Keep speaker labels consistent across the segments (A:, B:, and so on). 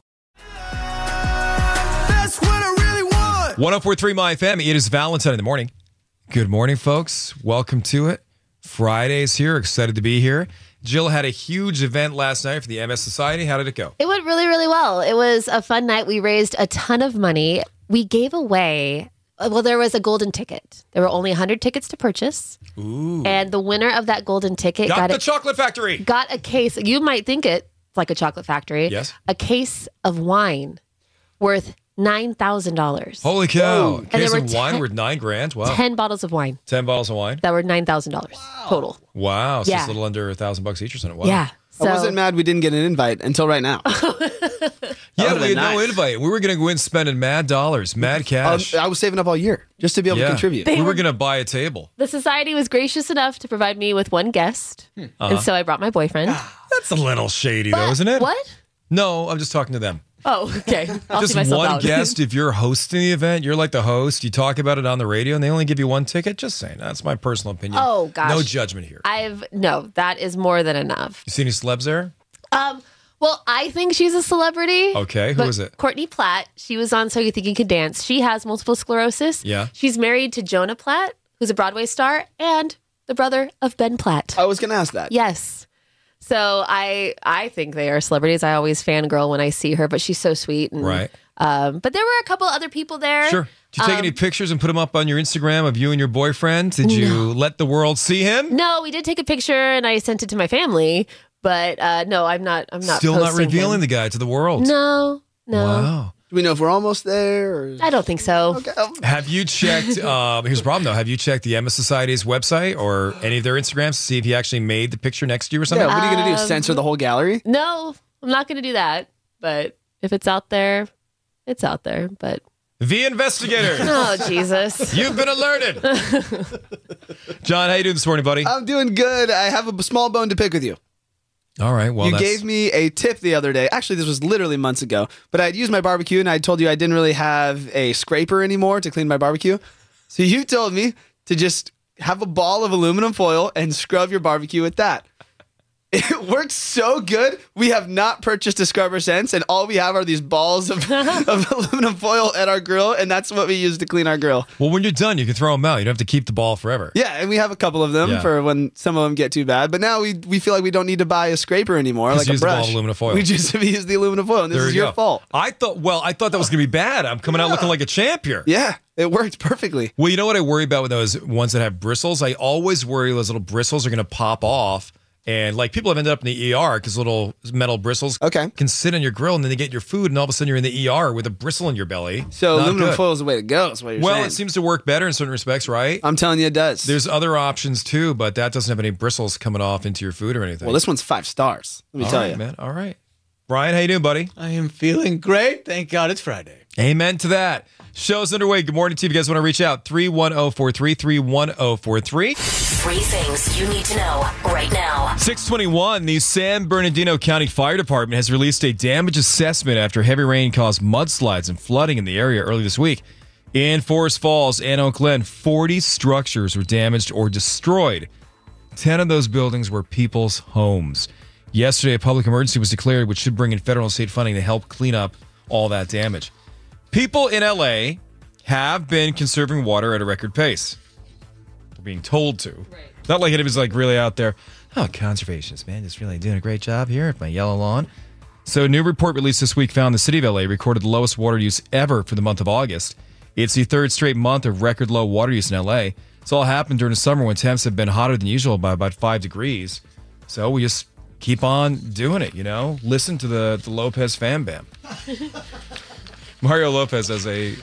A: That's what I really want.
B: 1043 My FM. It is Valentine in the morning. Good morning, folks. Welcome to it. Friday's here. Excited to be here. Jill had a huge event last night for the MS Society. How did it go?
C: It went really, really well. It was a fun night. We raised a ton of money. We gave away, well, there was a golden ticket. There were only 100 tickets to purchase. Ooh. And the winner of that golden ticket
B: Got,
C: got,
B: the
C: a,
B: chocolate factory.
C: got a case. You might think it's like a chocolate factory.
B: Yes.
C: A case of wine worth $9,000.
B: Holy cow.
C: And
B: Case
C: there were
B: of wine
C: ten-
B: worth nine grand. Wow.
C: 10 bottles of wine
B: 10 bottles of wine.
C: that were $9,000 total.
B: Wow. So
C: Yeah.
B: it's a little under a thousand bucks each or something. Wow.
C: Yeah. So,
A: I wasn't mad we didn't get an invite until right now.
B: Yeah,
A: would've
B: we had
A: been
B: no
A: nice.
B: invite. We were going to go in spending mad dollars, mad
A: Um,
B: cash.
A: I was saving up all year just to be able
B: Yeah.
A: to contribute.
B: we were going to buy a table.
C: the society was gracious enough to provide me with one guest. And so I brought my boyfriend.
B: That's a little shady, though, isn't it?
C: What?
B: No, I'm just talking to them.
C: Oh, okay. I'll see
B: just
C: myself
B: one
C: out.
B: guest. If you're hosting the event, you're like the host. You talk about it on the radio, and they only give you one ticket. Just saying, that's my personal opinion.
C: Oh, gosh.
B: no judgment here.
C: I've no, that is more than enough.
B: you see any celebs there?
C: Um, well, I think she's a celebrity.
B: Okay, who
C: But
B: is it?
C: Courtney Platt. She was on So You Think You Can Dance. She has multiple sclerosis.
B: Yeah.
C: She's married to Jonah Platt, who's a Broadway star and the brother of Ben Platt.
A: I was going to ask that.
C: Yes. So I I think they are celebrities. I always fangirl when I see her, but she's so sweet. And,
B: Right.
C: Um, but there were a couple other people there.
B: Sure. Did you take
C: Um,
B: any pictures and put them up on your Instagram of you and your boyfriend? Did you let the world see him?
C: No, we did take a picture and I sent it to my family, but uh, no, I'm not. I'm not
B: Still not
C: posting
B: revealing
C: him.
B: the guy to the world.
C: No, no,
B: Wow.
A: Do we know if we're almost there? Or...
C: I don't think so.
B: Have you checked? Um, here's the problem, though. Have you checked the Emma Society's website or any of their Instagrams to see if he actually made the picture next to you or
A: Yeah,
B: something?
A: what are you going to do? Censor the whole gallery?
C: No, I'm not going to do that. But if it's out there, it's out there. But
B: The investigators.
C: oh Jesus,
B: You've been alerted. John, how you doing this morning, buddy?
A: I'm doing good. I have a b- small bone to pick with you.
B: All right. Well,
A: you
B: that's,
A: gave me a tip the other day. Actually, this was literally months ago, but I'd used my barbecue and I told you I didn't really have a scraper anymore to clean my barbecue. So you told me to just have a ball of aluminum foil and scrub your barbecue with that. It worked so good. We have not purchased a scrubber since, and all we have are these balls of, of aluminum foil at our grill, and that's what we use to clean our grill.
B: Well, when you're done, you can throw them out. You don't have to keep the ball forever.
A: Yeah, and we have a couple of them
B: Yeah.
A: for when some of them get too bad. But now we we feel like we don't need to buy a scraper anymore,
B: Just
A: like a
B: use the ball
A: brush.
B: aluminum foil.
A: We just use the aluminum foil, and this
B: There
A: is
B: you
A: your
B: go.
A: fault.
B: I thought. Well, I thought that was gonna be bad. I'm coming out looking like a champ here.
A: Yeah, it worked perfectly.
B: Well, you know what I worry about with those ones that have bristles. I always worry those little bristles are gonna pop off, and like people have ended up in the ER because little metal bristles
A: Okay.
B: can sit on your grill, and then they get your food, and all of a sudden you're in the ER with a bristle in your belly.
A: So
B: Not
A: aluminum
B: good.
A: foil is the way to go. Is what you're
B: Well,
A: saying.
B: it seems to work better in certain respects, right?
A: I'm telling you, it does.
B: There's other options too, but that doesn't have any bristles coming off into your food or anything.
A: well, this one's five stars. Let me
B: All
A: tell
B: right,
A: you.
B: man. All right. Brian, how you doing, buddy?
D: I am feeling great. Thank God it's Friday.
B: Amen to that. Show's underway. Good morning to you. If you guys want to reach out, 31043, 31043.
E: Three things you need to know right now.
B: 621, the San Bernardino County Fire Department has released a damage assessment after heavy rain caused mudslides and flooding in the area early this week. In Forest Falls and Oak Glen, 40 structures were damaged or destroyed. 10 of those buildings were people's homes. Yesterday, a public emergency was declared, which should bring in federal and state funding to help clean up all that damage. People in LA have been conserving water at a record pace. We're being told to. Not like it was like really out there. Oh, conservationists, man, just really doing a great job here at my yellow lawn. So, a new report released this week found the city of LA recorded the lowest water use ever for the month of August. It's the third straight month of record low water use in LA. It's all happened during the summer when temps have been hotter than usual by about five degrees. So, we just keep on doing it, you know? Listen to the, the Lopez fan bam. Mario Lopez has a, a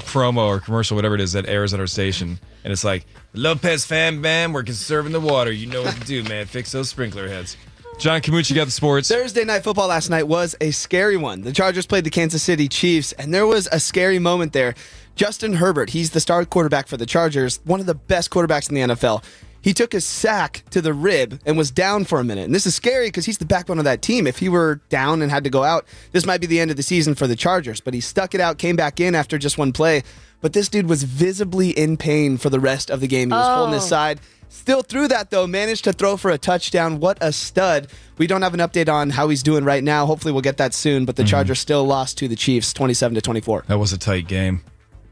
B: promo or commercial, whatever it is, that airs at our station. And it's like, Lopez fan bam, we're conserving the water. You know what to do, man. Fix those sprinkler heads. John Camucci got the sports.
A: Thursday night football last night was a scary one. The Chargers played the Kansas City Chiefs, and there was a scary moment there. Justin Herbert, he's the star quarterback for the Chargers, one of the best quarterbacks in the NFL. He took a sack to the rib and was down for a minute. And this is scary because he's the backbone of that team. If he were down and had to go out, this might be the end of the season for the Chargers. But he stuck it out, came back in after just one play. But this dude was visibly in pain for the rest of the game. He was holding his
C: Oh.
A: side side. Still through that though, managed to throw for a touchdown. What a stud! We don't have an update on how he's doing right now. Hopefully, we'll get that soon. But the
B: Mm-hmm.
A: Chargers still lost to the Chiefs, twenty-seven to twenty-four.
B: That was a tight game.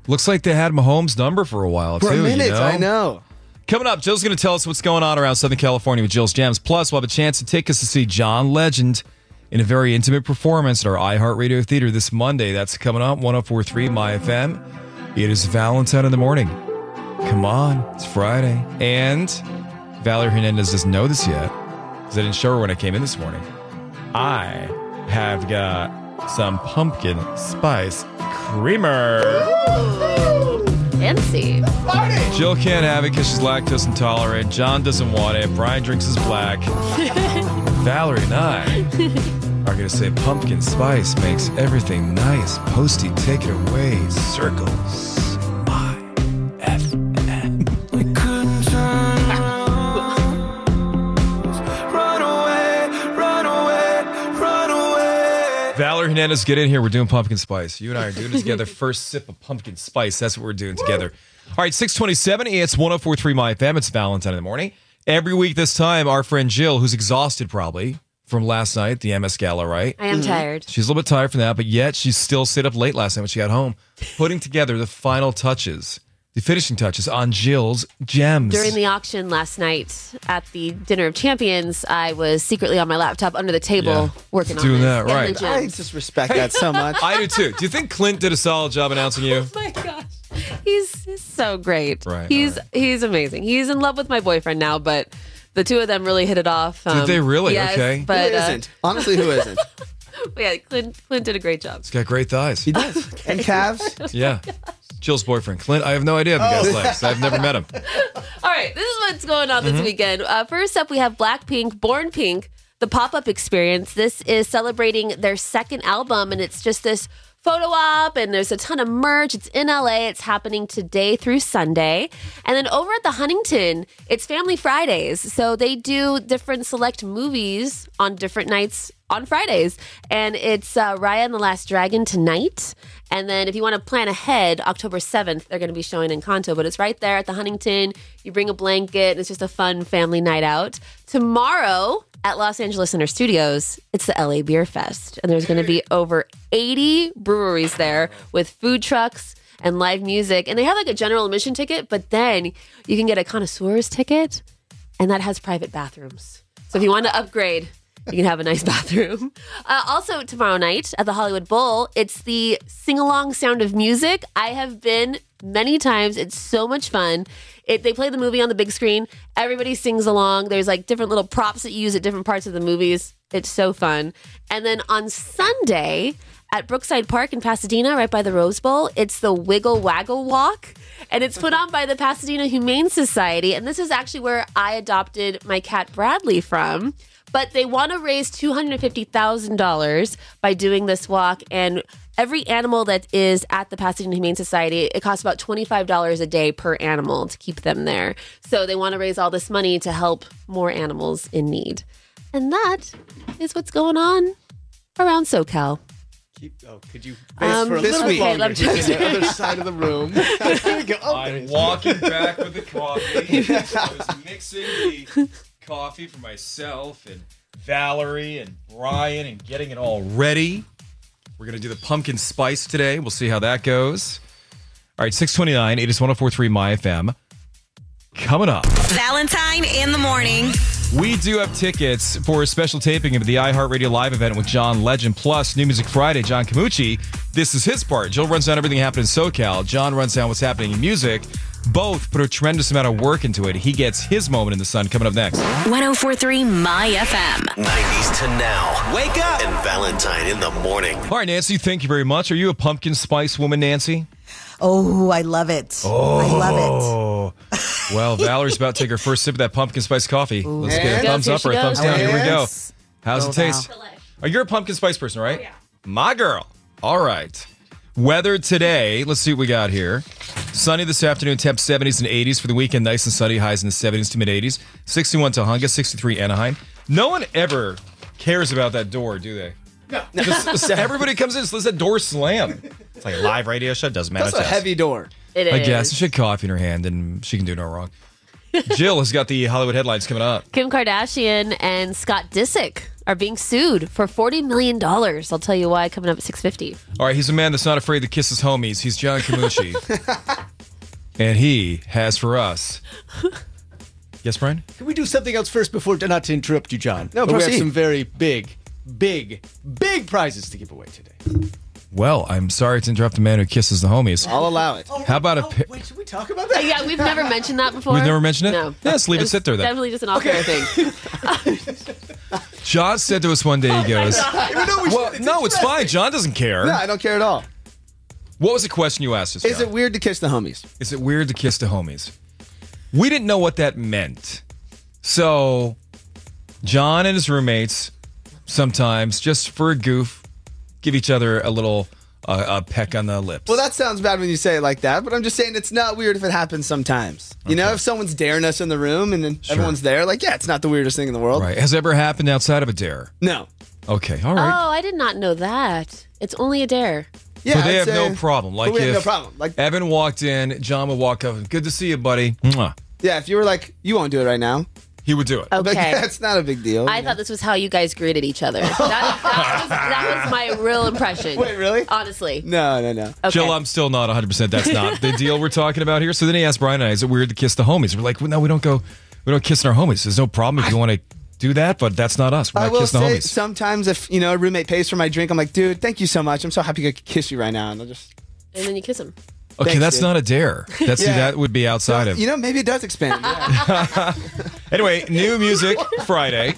B: Looks like they had Mahomes' number for a while
A: For
B: too.
A: a
B: you
A: minute,
B: know?
A: I know.
B: Coming up, Jill's going to tell us what's going on around Southern California with Jill's Gems. Plus, we'll have a chance to take us to see John Legend in a very intimate performance at our iHeartRadio Theater this Monday. That's coming up, 1043 MyFM. It is Valentine in the morning. Come on, it's Friday. And Valerie Hernandez doesn't know this yet because I didn't show her when I came in this morning. I have got some pumpkin spice creamer.
C: Fancy.
A: Mm-hmm.
B: Jill can't have it because she's lactose intolerant. John doesn't want it. Brian drinks his black. Valerie and I are going to say pumpkin spice makes everything nice. Posty, take it away. Circles. My F and N. Valerie Hernandez, get in here. We're doing pumpkin spice. You and I are doing it together. First sip of pumpkin spice. That's what we're doing together. All right, 627. It's 1043 My FM. It's Valentine in the morning. Every week this time, our friend Jill, who's exhausted probably from last night, the MS Gala, right?
C: I am tired.
B: She's a little bit tired from that, but yet she still stayed up late last night when she got home, putting together the final touches, the finishing touches on Jill's gems.
C: During the auction last night at the Dinner of Champions, I was secretly on my laptop under the table
B: Yeah.
C: working on
B: Doing
C: this,
B: that,
C: getting
B: right.
C: the
A: I
C: gems.
A: just respect that so much.
B: I do too. Do you think Clint did a solid job announcing you?
C: Oh my gosh. He's, he's so great.
B: Right,
C: He's
B: all
C: he's amazing. He's in love with my boyfriend now, but the two of them really hit it off. Um,
B: they really?
C: yes,
B: Okay.
C: But
A: who
C: uh,
A: isn't? Honestly, who isn't?
C: yeah, Clint, Clint did a great job.
B: He's got great thighs.
A: He does. And calves.
B: Yeah. Jill's boyfriend, Clint. I have no idea if
C: Oh.
B: the guy's legs. I've never met him.
C: All right, this is what's going on this weekend. Uh, first up, we have Blackpink, Born Pink, the pop up experience. This is celebrating their second album, and it's just this photo op, and there's a ton of merch. It's in LA, it's happening today through Sunday. And then over at the Huntington, it's Family Fridays. So they do different select movies on different nights on Fridays. And it's uh, Raya and the Last Dragon tonight. And then if you want to plan ahead, October 7th, they're going to be showing Encanto, but it's right there at the Huntington. You bring a blanket, and it's just a fun family night out. Tomorrow at Los Angeles Center Studios, it's the LA Beer Fest. And there's going to be over 80 breweries there with food trucks and live music. And they have like a general admission ticket, but then you can get a connoisseur's ticket and that has private bathrooms. So if you want to upgrade, you can have a nice bathroom. Uh, also, tomorrow night at the Hollywood Bowl, it's the Sing Along Sound of Music. I have been many times. It's so much fun. It, they play the movie on the big screen. Everybody sings along. There's like different little props that you use at different parts of the movies. It's so fun. And then on Sunday, at Brookside Park in Pasadena, right by the Rose Bowl. It's the Wiggle Waggle Walk, and it's put on by the Pasadena Humane Society. And this is actually where I adopted my cat Bradley from. But they want to raise $250,000 by doing this walk. And every animal that is at the Pasadena Humane Society, it costs about $25 a day per animal to keep them there. So they want to raise all this money to help more animals in need. And that is what's going on around SoCal.
D: Keep, oh, could you
C: Um,
D: for a
C: this
D: little
A: week.
D: longer?
C: Okay, I'm
D: He's on the
C: joking.
D: other side of the room. There we go. Oh, there he
B: I'm
D: is.
B: walking back with the coffee. I was mixing the coffee for myself and Valerie and Brian and getting it all ready. We're going to do the pumpkin spice today. We'll see how that goes. All right, 629, it is 1043 MyFM. Coming up,
F: Valentine in the morning.
B: we do have tickets for a special taping of the iHeartRadio Live event with John Legend plus New Music Friday, John Camucci. This is his part. Jill runs down everything happening in SoCal. John runs down what's happening in music. Both put a tremendous amount of work into it. He gets his moment in the sun coming up next.
E: 1043 My FM.
G: 90s to now. Wake up! And Valentine in the morning.
B: All right, Nancy, thank you very much. Are you a pumpkin spice woman, Nancy?
F: Oh, I love it. I love it.
B: Oh, well, Valerie's about to take her first sip of that pumpkin spice coffee. Let's get a
A: And-
B: thumbs
C: Here
B: up
C: she
B: or a thumbs
C: goes.
B: down. Here we go.
F: Yes.
B: How's
F: Oh,
B: it taste? Oh, you're a pumpkin spice person, right? Oh, yeah. My girl. All right. Weather today. Let's see what we got here. Sunny this afternoon, temp 70s and 80s for the weekend. Nice and sunny, highs in the 70s to mid 80s. 61 Tahunga, 63 Anaheim. No one ever cares about that door, do they? No. everybody comes in, just lets that door slam. It's like a live radio show. Doesn't matter.
A: That's a
B: It's us.
A: heavy door.
C: It is.
B: I guess she had coffee in her hand, and she can do no wrong. Jill has got the Hollywood headlines coming up.
C: Kim Kardashian and Scott Disick are being sued for forty million dollars. I'll tell you why coming up at six fifty.
B: All right, he's a man that's not afraid to kiss his homies. He's John Camucci, and he has for us. Yes, Brian.
D: Can we do something else first before, not to interrupt you, John?
A: No,
D: but we have
A: proceed.
D: some very big, big, big prizes to give away today.
B: Well, I'm sorry to interrupt the man who kisses the homies.
A: I'll allow it.
B: How about a?
D: Oh,
B: Pi-
D: wait, should we talk about that?
C: Yeah, we've never mentioned that before.
B: We've never mentioned it?
C: No.
B: Yeah, let's leave it
C: It's
B: sit there then.
C: Definitely just an off-air thing.
B: John said to us one day, he goes,
D: Even though we
B: "Well,
D: should-
B: no, it's fine. John doesn't care."
A: No, I don't care at all.
B: What was the question you asked us?
A: Is
B: John?
A: it weird to kiss the homies?
B: Is it weird to kiss the homies? We didn't know what that meant. So, John and his roommates sometimes, just for a goof, give each other a little uh, a peck on the lips.
A: Well, that sounds bad when you say it like that, but I'm just saying it's not weird if it happens sometimes. You know, if someone's daring us in the room and then everyone's there, like, yeah, it's not the weirdest thing in the world.
B: right. Has it ever happened outside of a dare?
A: No.
B: Okay. All
C: Oh,
B: right.
C: I did not know that. It's only a dare.
A: Yeah,
B: but they
A: I'd
B: have
A: say-
B: no problem. Like
A: but we have
B: if
A: no problem. Like,
B: Evan walked in, John would walk up and good to see you, buddy. Mwah.
A: yeah, if you were like, you won't do it right now,
B: He would do it.
A: like,
C: Okay.
A: that's not a big deal.
C: I thought this was how you guys greeted each other. That, that, was, that was my real impression.
A: Wait, really?
C: Honestly.
A: No, no, no.
C: Okay.
B: Jill, I'm still not 100%. That's not the deal we're talking about here. So then he asked Brian and I, is it weird to kiss the homies? We're like, well, no, we don't go, we don't kiss our homies. There's no problem if you want to do that, but that's not us. We're
A: I
B: not
A: will
B: kissing the
A: say
B: homies.
A: sometimes if, you know, a roommate pays for my drink, I'm like, dude, thank you so much. I'm so happy I could kiss you right now. And I'll just,
C: And then you kiss him.
B: okay,
A: Thanks,
B: that's
A: dude.
B: not a dare. That's see,
A: Yeah.
B: That would be outside of.
A: you know, maybe it does expand. Yeah.
B: Anyway, new music Friday.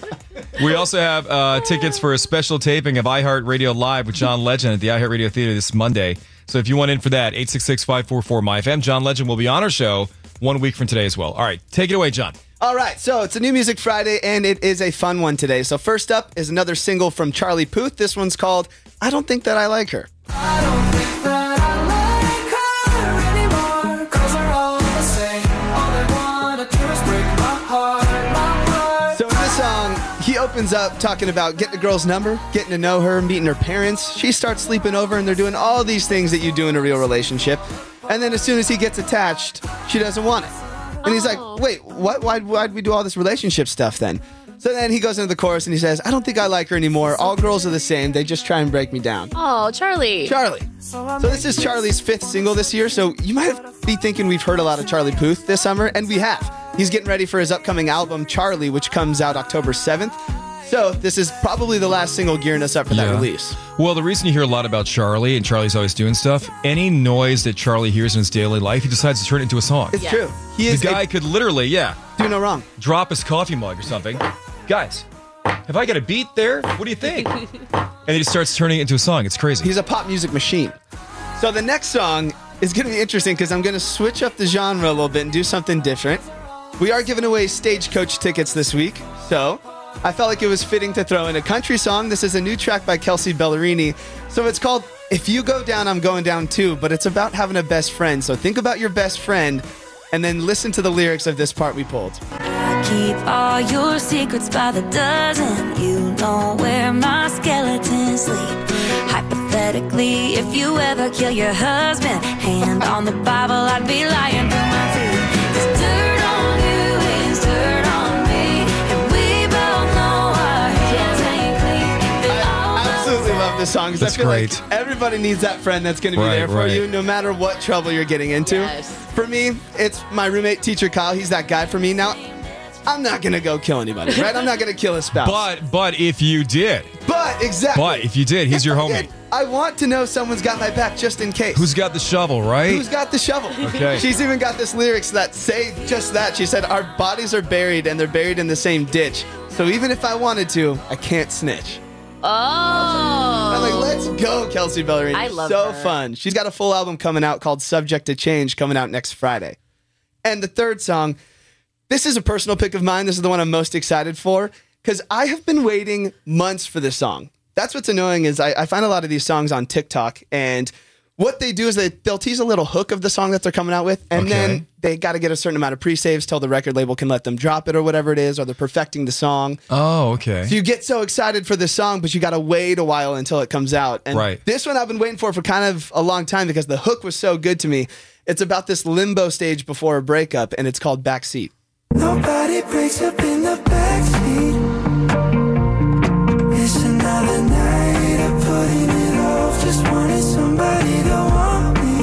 B: We also have uh, tickets for a special taping of iHeartRadio Live with John Legend at the iHeartRadio Theater this Monday. So if you want in for that, 866-544-MyFM. John Legend will be on our show one week from today as well. All right, take it away, John.
A: All right, so it's a new music Friday, and it is a fun one today. So first up is another single from Charlie Puth. This one's called "I Don't Think That I Like Her." So in this song, he opens up talking about getting a girl's number, getting to know her, meeting her parents. She starts sleeping over, and they're doing all these things that you do in a real relationship. And then as soon as he gets attached, she doesn't want it. And he's
C: Oh.
A: like, wait, what? Why, why'd we do all this relationship stuff then? So then he goes into the chorus and he says, I don't think I like her anymore. All girls are the same. They just try and break me down.
C: Oh, Charlie.
A: Charlie. So this is Charlie's fifth single this year. So you might be thinking we've heard a lot of Charlie Puth this summer, and we have. He's getting ready for his upcoming album Charlie, which comes out October seventh. So this is probably the last single gearing us up for that
B: Yeah.
A: release.
B: Well, the reason you hear a lot about Charlie and Charlie's always doing stuff, any noise that Charlie hears in his daily life, he decides to turn it into a song.
A: It's
C: Yeah.
A: true. He
B: The
A: is
B: guy
A: a,
B: could literally, yeah,
A: do no wrong.
B: drop his coffee mug or something. Guys, have I got a beat there? What do you think? and then he starts turning it into a song. It's crazy.
A: He's a pop music machine. So the next song is going to be interesting because I'm going to switch up the genre a little bit and do something different. We are giving away stagecoach tickets this week, so I felt like it was fitting to throw in a country song. This is a new track by Kelsey Ballerini. So it's called If You Go Down, I'm Going Down Too, but it's about having a best friend. So think about your best friend and then listen to the lyrics of this part we pulled.
H: Keep all your secrets by the dozen. You know where my skeletons sleep. Hypothetically, if you ever kill your husband, hand on the Bible, I'd be lying through my teeth. 'Cause dirt on you is dirt on me, and we both know our hands ain't clean. They're all
A: Absolutely love this song. 'cause
B: That's
A: I feel
B: great.
A: Like everybody needs that friend that's going to be
B: Right,
A: there for
B: right.
A: you, no matter what trouble you're getting into.
C: Yes.
A: For me, it's my roommate, teacher Kyle. He's that guy for me. Now, I'm not going to go kill anybody, right? I'm not going to kill a spouse.
B: but but if you did,
A: but exactly.
B: but if you did, he's
A: If
B: your
A: I
B: homie.
A: did, I want to know someone's got my back just in case.
B: Who's got the shovel, right?
A: Who's got the shovel?
B: Okay.
A: She's even got this lyrics that say just that. She said, "Our bodies are buried, and they're buried in the same ditch. So even if I wanted to, I can't snitch."
C: Oh.
A: I'm like, let's go, Kelsey Ballerini.
C: I love
A: so
C: her.
A: fun. She's got a full album coming out called Subject to Change coming out next Friday. And the third song, this is a personal pick of mine. This is the one I'm most excited for because I have been waiting months for this song. That's what's annoying is I, I find a lot of these songs on TikTok, and what they do is they they'll tease a little hook of the song that they're coming out with, and
B: Okay.
A: then they got to get a certain amount of pre-saves till the record label can let them drop it or whatever it is, or they're perfecting the song.
B: Oh, okay.
A: So you get so excited for this song, but you got to wait a while until it comes out. And
B: Right.
A: this one I've been waiting for for kind of a long time because the hook was so good to me. It's about this limbo stage before a breakup, and it's called Backseat.
H: Nobody breaks up in the backseat. It's another night of putting it off. Just wanted somebody to want me.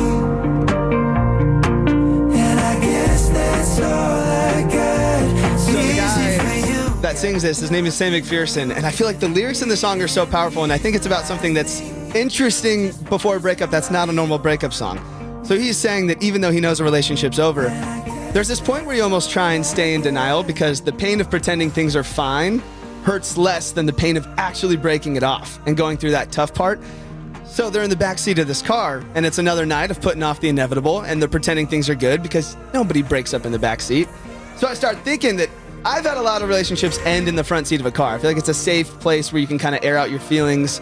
H: And I guess that's all I got.
A: So the
H: Easy
A: guy
H: for you.
A: that sings this, his name is Sam McPherson, and I feel like the lyrics in the song are so powerful, and I think it's about something that's interesting before a breakup that's not a normal breakup song. So he's saying that even though he knows a relationship's over, there's this point where you almost try and stay in denial because the pain of pretending things are fine hurts less than the pain of actually breaking it off and going through that tough part. So they're in the backseat of this car, and it's another night of putting off the inevitable, and they're pretending things are good because nobody breaks up in the backseat. So I start thinking that I've had a lot of relationships end in the front seat of a car. I feel like it's a safe place where you can kind of air out your feelings.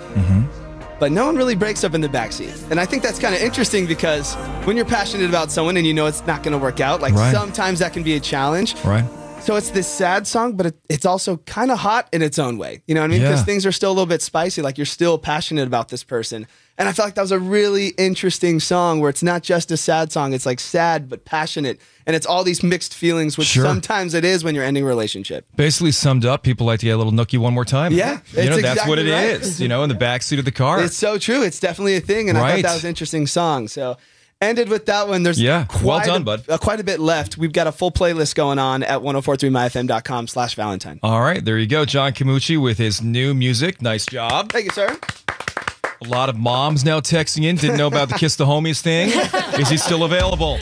A: But no one really breaks up in the backseat. And I think that's kind of interesting because when you're passionate about someone and you know it's not going to work out, like
B: Right.
A: sometimes that can be a challenge.
B: Right.
A: So it's this sad song, but it, it's also kind of hot in its own way. You know what I mean? Because
B: Yeah.
A: things are still a little bit spicy. Like you're still passionate about this person. And I felt like that was a really interesting song where it's not just a sad song. It's like sad, but passionate. And it's all these mixed feelings, which
B: Sure.
A: sometimes it is when you're ending a relationship.
B: Basically summed up, people like to get a little nookie one more time.
A: Yeah,
B: You know,
A: it's
B: that's what it
A: exactly
B: is.
A: right.
B: You know, in the backseat of the car.
A: It's so true. It's definitely a thing. And I
B: Right.
A: thought that was an interesting song. So ended with that one. There's
B: Yeah. Well
A: quite
B: done,
A: a,
B: bud.
A: uh, quite a bit left. We've got a full playlist going on at 1043myfm.com slash Valentine.
B: All right, there you go. John Camucci with his new music. Nice job.
A: Thank you, sir.
B: A lot of moms now texting in. Didn't know about the Kiss the Homies thing. Is he still available?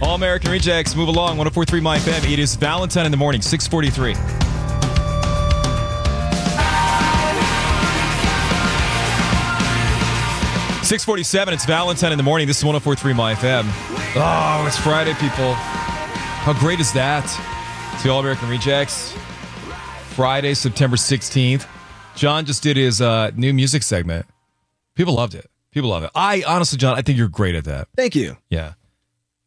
B: All American Rejects, move along. 1043 My FM. It is Valentine in the morning, 643. Six forty-seven. It's Valentine in the morning. This is one zero four three My FM. Oh, it's Friday, people! How great is that? It's the All American Rejects. Friday, September 16th. John just did his uh, new music segment. People loved it. People love it. I honestly, John, I think you're great at that.
A: Thank you.
B: Yeah.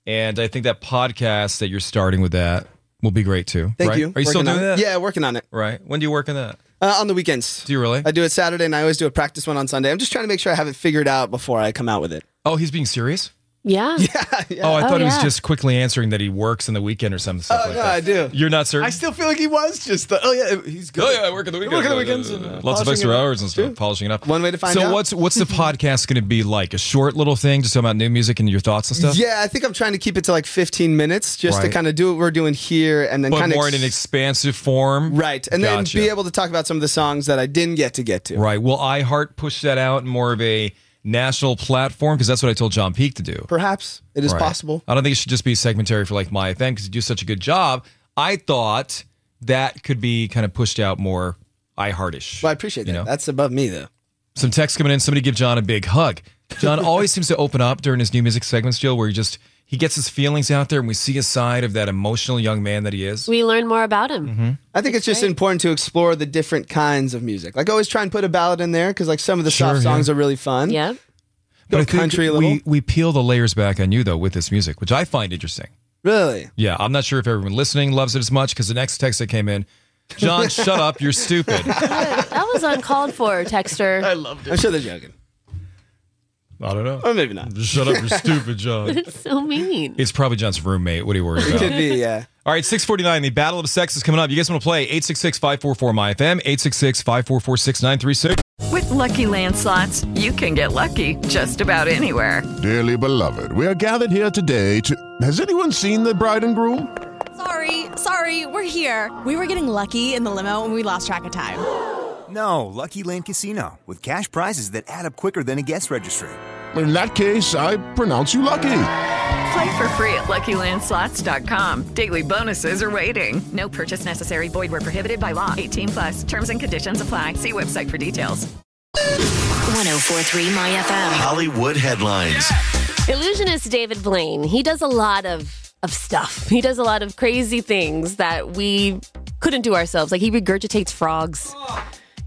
B: And I think that podcast that you're starting with that will be great too.
A: Thank
B: right?
A: you.
B: Are you still
A: Working
B: doing
A: on it.
B: that?
A: Yeah, working on it.
B: Right. When do you work on that?
A: Uh, on the weekends.
B: Do you really?
A: I do it Saturday and I always do a practice one on Sunday. I'm just trying to make sure I have it figured out before I come out with it.
B: Oh, he's being serious?
C: Yeah.
B: Oh, I
C: Oh,
B: thought he was
C: yeah.
B: just quickly answering that he works on the weekend or some stuff
A: Oh,
B: like
A: no,
B: that.
A: I do.
B: You're not certain?
D: I still feel like he was just the. Oh yeah, he's good.
B: Oh yeah, I work on the weekend.
D: work on the weekends and, uh,
B: lots of
D: polishing
B: extra
D: it up.
B: hours and stuff, polishing it up.
A: One way to find
B: so
A: out.
B: what's what's the podcast going to be like? A short little thing, just talking about new music and your thoughts and stuff.
A: Yeah, I think I'm trying to keep it to like 15 minutes just to
B: Right.
A: kind of do what we're doing here and then
B: but
A: kind
B: more
A: of
B: in an expansive form.
A: right and
B: Gotcha.
A: then be able to talk about some of the songs that I didn't get to get to.
B: Right. Will iHeart push that out in more of a national platform? Because that's what I told John Peak to do.
A: Perhaps it is
B: Right. Uh,
A: possible.
B: I don't think it should just be segmentary for like my FM because you do such a good job. I thought that could be kind of pushed out more iHeartish.
A: Well, I appreciate that.
B: You know?
A: That's above me though.
B: Some text coming in. Somebody give John a big hug. John always seems to open up during his new music segments, Jill, where he just he gets his feelings out there and we see a side of that emotional young man that he is.
C: We learn more about him.
B: Mm-hmm.
A: I think it's just important to explore the different kinds of music. Like always try and put a ballad in there because like some of the
B: Sure,
A: soft songs
B: yeah.
A: are really fun.
C: Yeah.
B: But I
A: Go
B: think
A: country a
B: we
A: little.
B: we peel the layers back on you though with this music, which I find interesting.
A: Really?
B: Yeah, I'm not sure if everyone listening loves it as much because the next text that came in, John, shut up, you're stupid. I
C: That was uncalled for, Texter.
A: I'm sure they're joking.
B: don't know.
A: Or maybe not.
B: Shut up, you're stupid, John.
C: so mean.
B: It's probably John's roommate. What are you worried about?
A: Could be, yeah.
B: All right, 649, the Battle of the Sex is coming up. You guys want to play 866-544-MyFM, 866-544-6936.
I: With Lucky Land slots, you can get lucky just about anywhere.
J: Dearly beloved, we are gathered here today to. Has anyone seen the bride and groom?
H: Sorry, sorry, we're here. We were getting lucky in the limo and we lost track of time.
G: No, Lucky Land Casino with cash prizes that add up quicker than a guest registry.
J: In that case, I pronounce you lucky.
I: Play for free at LuckyLandSlots.com. Daily bonuses are waiting. No purchase necessary. Void were prohibited by law. 18 plus. Terms and conditions apply. See website for details.
E: 1043 My FM.
G: Hollywood headlines.
C: Illusionist David Blaine, he does a lot of of stuff. He does a lot of crazy things that we couldn't do ourselves. Like he regurgitates frogs,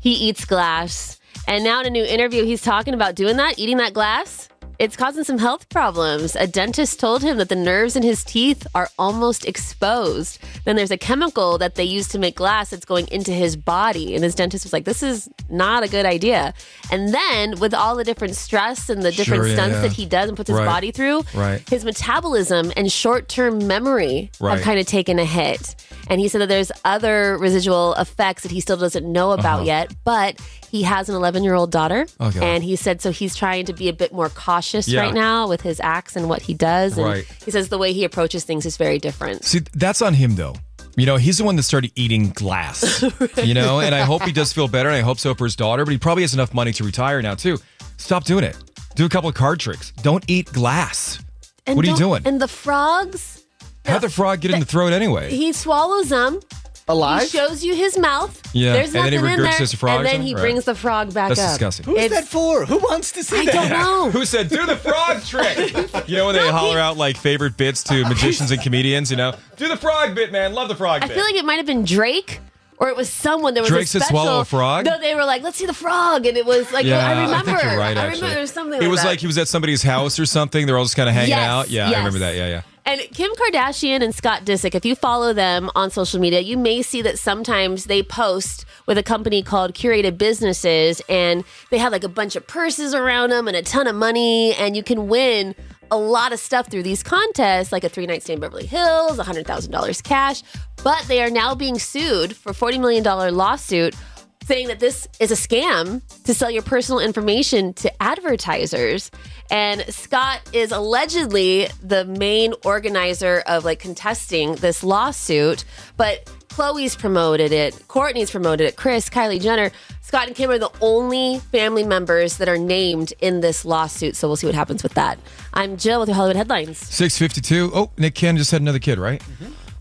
C: he eats glass, and now in a new interview, he's talking about doing that, eating that glass. It's causing some health problems. A dentist told him that the nerves in his teeth are almost exposed. Then there's a chemical that they use to make glass that's going into his body. And his dentist was like, this is not a good idea. And then with all the different stress and the different
H: Sure, yeah,
C: stunts
H: yeah.
C: that he does and puts his
H: Right.
C: body through,
H: Right.
C: his metabolism and short-term memory
H: Right.
C: have kind of taken a hit. And he said that there's other residual effects that he still doesn't know about
H: Uh-huh.
C: yet, but he has an 11-year-old daughter,
H: Oh, God.
C: and he said so he's trying to be a bit more cautious
B: Yeah.
C: right now with his acts and what he does. And
B: Right.
C: he says the way he approaches things is very different.
B: See, that's on him though. You know, he's the one that started eating glass. You know, and I hope he does feel better, and I hope so for his daughter. But he probably has enough money to retire now too. Stop doing it. Do a couple of card tricks. Don't eat glass.
C: And
B: what are you
C: don't-
B: doing?
C: And the frogs,
B: How the frog get in the throat anyway?
C: he swallows them. He shows you his mouth.
B: Yeah,
C: There's
B: and then
C: nothing
B: he
C: in there.
B: regurgitates the frogs
C: and then
B: in?
C: he
B: Right.
C: brings the frog back
B: That's
C: up.
B: disgusting.
D: Who's that for? Who wants to see
C: I
D: that?
C: don't know.
B: Who said do the frog trick? You know when they holler out like favorite bits to magicians and comedians. You know, do the frog bit, man. Love the frog
C: I
B: bit.
C: feel like it might have been Drake. Or it was someone. There was
B: Drake
C: a
B: said
C: special.
B: swallow a frog?
C: No, they were like, "Let's see the frog," and it was like,
B: yeah,
C: I remember.
B: think you're right.
C: I
B: Actually,
C: remember there was something.
B: It
C: like
B: was
C: that.
B: like he was at somebody's house or something. They're all just kind of hanging
C: Yes,
B: out. Yeah, I
C: yes.
B: remember that. Yeah, yeah.
C: And Kim Kardashian and Scott Disick, if you follow them on social media, you may see that sometimes they post with a company called Curated Businesses and they have like a bunch of purses around them and a ton of money, and you can win a lot of stuff through these contests, like a three night stay in Beverly Hills, $100,000 cash. But they are now being sued for $40 million lawsuit saying that this is a scam to sell your personal information to advertisers. And Scott is allegedly the main organizer of like contesting this lawsuit, but Chloe's promoted it, Courtney's promoted it, Chris, Kylie Jenner, Scott and Kim are the only family members that are named in this lawsuit. So we'll see what happens with that. I'm Jill with your Hollywood headlines.
B: Six fifty-two. Oh, Nick Cannon just had another kid, right?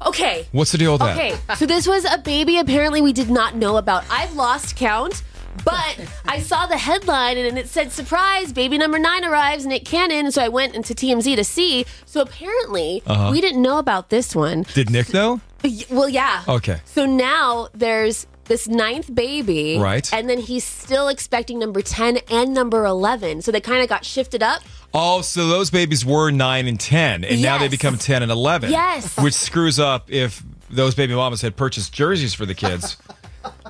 C: Okay.
B: What's the deal with that?
C: Okay, so this was a baby apparently we did not know about. I've lost count, but I saw the headline and it said, surprise, baby number nine arrives, Nick Cannon. So I went into TMZ to see. So apparently
B: Uh-huh.
C: we didn't know about this one.
B: Did Nick though?
C: Y- Well, yeah.
B: Okay.
C: So now there's this ninth baby.
B: Right.
C: And then he's still expecting number 10 and number 11. So they kind of got shifted up.
B: Oh, so those babies were nine and ten, and now they
C: Yes.
B: become ten and eleven.
C: Yes.
B: Which screws up if those baby mamas had purchased jerseys for the kids.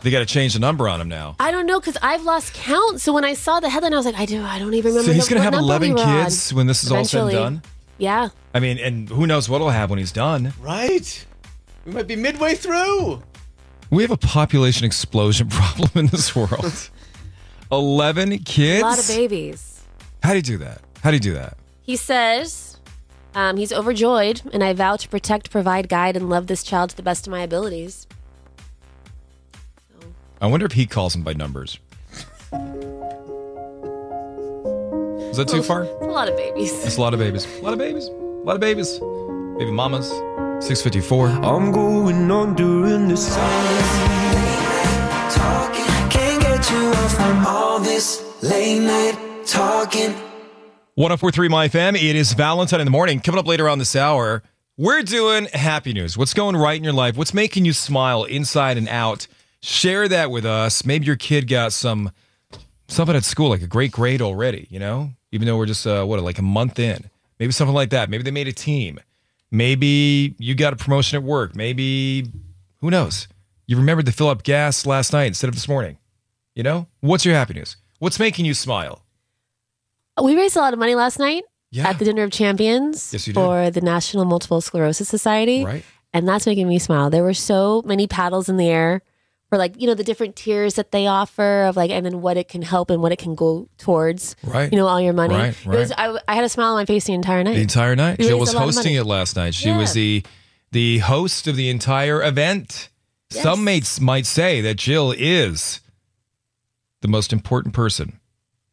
B: they got to change the number on them now.
C: I don't know because I've lost count. So when I saw the headline, I was like, I do. I don't even remember.
B: So he's
C: going
B: gonna
C: to
B: have 11 kids when this is all said and done?
C: Yeah.
B: I mean, and who knows what he'll have when he's done?
D: Right? We might be midway through.
B: We have a population explosion problem in this world. Eleven kids.
C: A lot of babies.
B: How do you do that? How do you do that?
C: He says um, he's overjoyed, and I vow to protect, provide, guide, and love this child to the best of my abilities.
B: I wonder if he calls them by numbers. Is that too far?
C: It's a lot of babies.
B: That's a lot of babies. A lot of babies. A lot of babies. Baby mamas. 654.
K: I'm going on during the Talking, can't get you off from all this late night talking.
B: 1043 My FM. It is Valentine in the morning. Coming up later on this hour, we're doing happy news. What's going right in your life? What's making you smile inside and out? Share that with us. Maybe your kid got some something at school, like a great grade already, you know? Even though we're just uh, what, like a month in. Maybe something like that. Maybe they made a team. Maybe you got a promotion at work. Maybe who knows? You remembered to fill up gas last night instead of this morning. You know? What's your happy news? What's making you smile?
C: We raised a lot of money last night
B: Yeah.
C: at the Dinner of Champions
B: Yes, you did.
C: for the National Multiple Sclerosis Society.
B: Right.
C: And that's making me smile. There were so many paddles in the air for like, you know, the different tiers that they offer of like, and then what it can help and what it can go towards.
B: Right.
C: You know, all your money.
B: Right,
C: It was,
B: right.
C: I, I had a smile on my face the entire night.
B: The entire night.
C: We
B: Jill
C: raised
B: was
C: a lot of
B: hosting
C: money.
B: it last night. She was
C: Yeah.
B: the the host of the entire event. Some mates might say that Jill is the most important person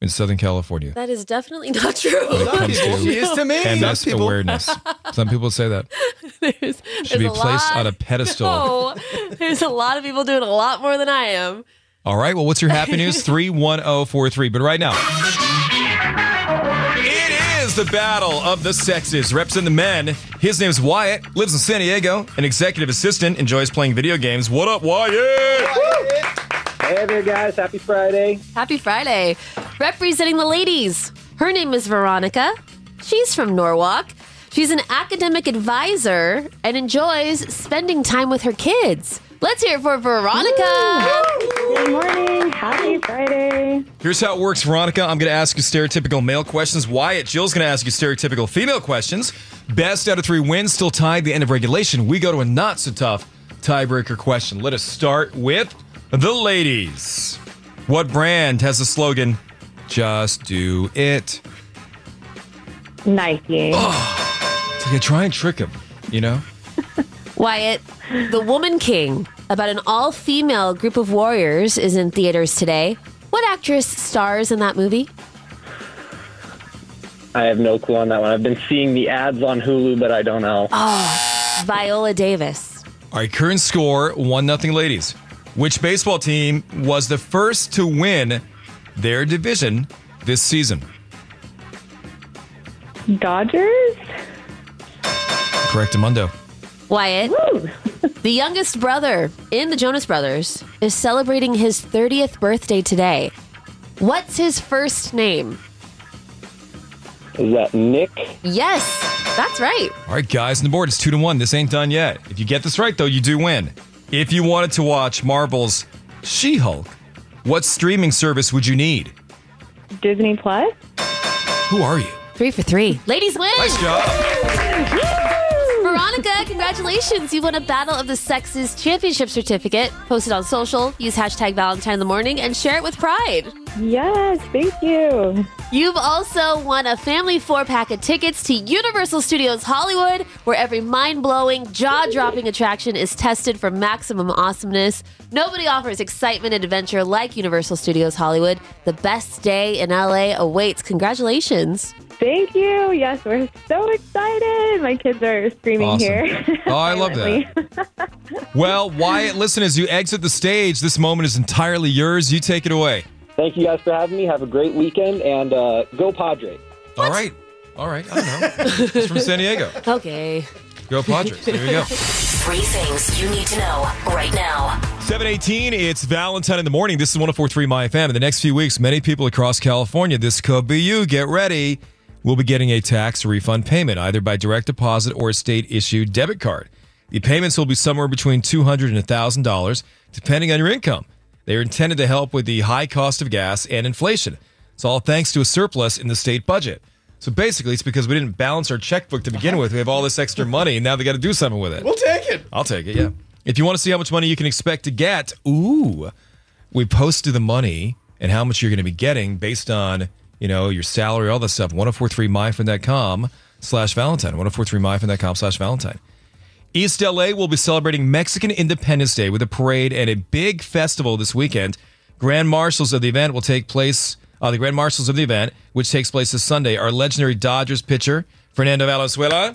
B: in Southern California.
C: That is definitely not true.
B: when it comes to MS
C: Some people-
B: awareness. Some people say that
C: there's,
B: should
C: there's
B: be
C: a
B: placed
C: lot-
B: on a pedestal.
C: No, there's a lot of people doing a lot more than I am.
B: All right. oh Well, what's your happy news? 31043. But right now, is the battle of the sexes. Reps in the men. His name's Wyatt. Lives in San Diego. An executive assistant. Enjoys playing video games. What up, Wyatt?
L: Hey there, guys. Happy Friday.
C: Happy Friday. Representing the ladies. Her name is Veronica. She's from Norwalk. She's an academic advisor and enjoys spending time with her kids. Let's hear it for Veronica.
M: Good morning. Happy Friday.
B: Here's how it works, Veronica. I'm going to ask you stereotypical male questions. Wyatt, Jill's going to ask you stereotypical female questions. Best out of three wins, still tied. The end of regulation. We go to a not so tough tiebreaker question. Let us start with the ladies. What brand has the slogan, just do it?
M: Nike.
B: It's like I try and trick him, you know?
C: Wyatt, The Woman King, about an all female group of warriors, is in theaters today. What actress stars in that movie?
L: I have no clue on that one. I've been seeing the ads on Hulu, but I don't know.
C: Oh, Viola Davis.
B: All right, current score 1 nothing, ladies. Which baseball team was the first to win their division this season?
M: Dodgers?
B: Correct, Amundo.
C: Wyatt, the youngest brother in the Jonas Brothers, is celebrating his 30th birthday today. What's his first name?
L: Is that Nick?
C: Yes, that's right.
B: All right, guys, on the board, it's 2 to 1. This ain't done yet. If you get this right, though, you do win. If you wanted to watch Marvel's She Hulk, what streaming service would you need?
M: Disney Plus?
B: Who are you?
C: Three for three. Ladies win.
B: Nice job.
C: Veronica, congratulations. You won a Battle of the Sexes Championship certificate. Post it on social, use hashtag Valentine in the morning, and share it with pride.
M: Yes, thank you.
C: You've also won a family four pack of tickets to Universal Studios Hollywood, where every mind blowing, jaw dropping attraction is tested for maximum awesomeness. Nobody offers excitement and adventure like Universal Studios Hollywood. The best day in LA awaits. Congratulations.
M: Thank you. Yes, we're so excited. My kids are screaming
B: Awesome.
M: here.
B: Oh, I love that.
M: Silently.
B: Well, Wyatt, listen, as you exit the stage, this moment is entirely yours. You take it away.
L: Thank you guys for having me. Have a great weekend, and uh, go Padres.
B: All right. All right. I don't know. It's from San Diego.
C: Okay.
B: Go Padres. There you go.
E: Three things you need to know right now.
B: 718, it's Valentine in the morning. This is 1043 My FM. In the next few weeks, many people across California, this could be you. Get ready. We'll be getting a tax refund payment, either by direct deposit or a state issued debit card. The payments will be somewhere between $200 and $1,000, depending on your income. They are intended to help with the high cost of gas and inflation. It's all thanks to a surplus in the state budget. So basically, it's because we didn't balance our checkbook to begin with. We have all this extra money, and now they got to do something with it.
A: We'll take it.
B: I'll take it, yeah. If you want to see how much money you can expect to get, ooh, we posted the money and how much you're going to be getting based on, you know, your salary, all this stuff. 1043myfin.com slash Valentine. 1043myfin.com slash Valentine. East LA will be celebrating Mexican Independence Day with a parade and a big festival this weekend. Grand Marshals of the event will take place. Uh, the Grand Marshals of the event, which takes place this Sunday, are legendary Dodgers pitcher Fernando Valenzuela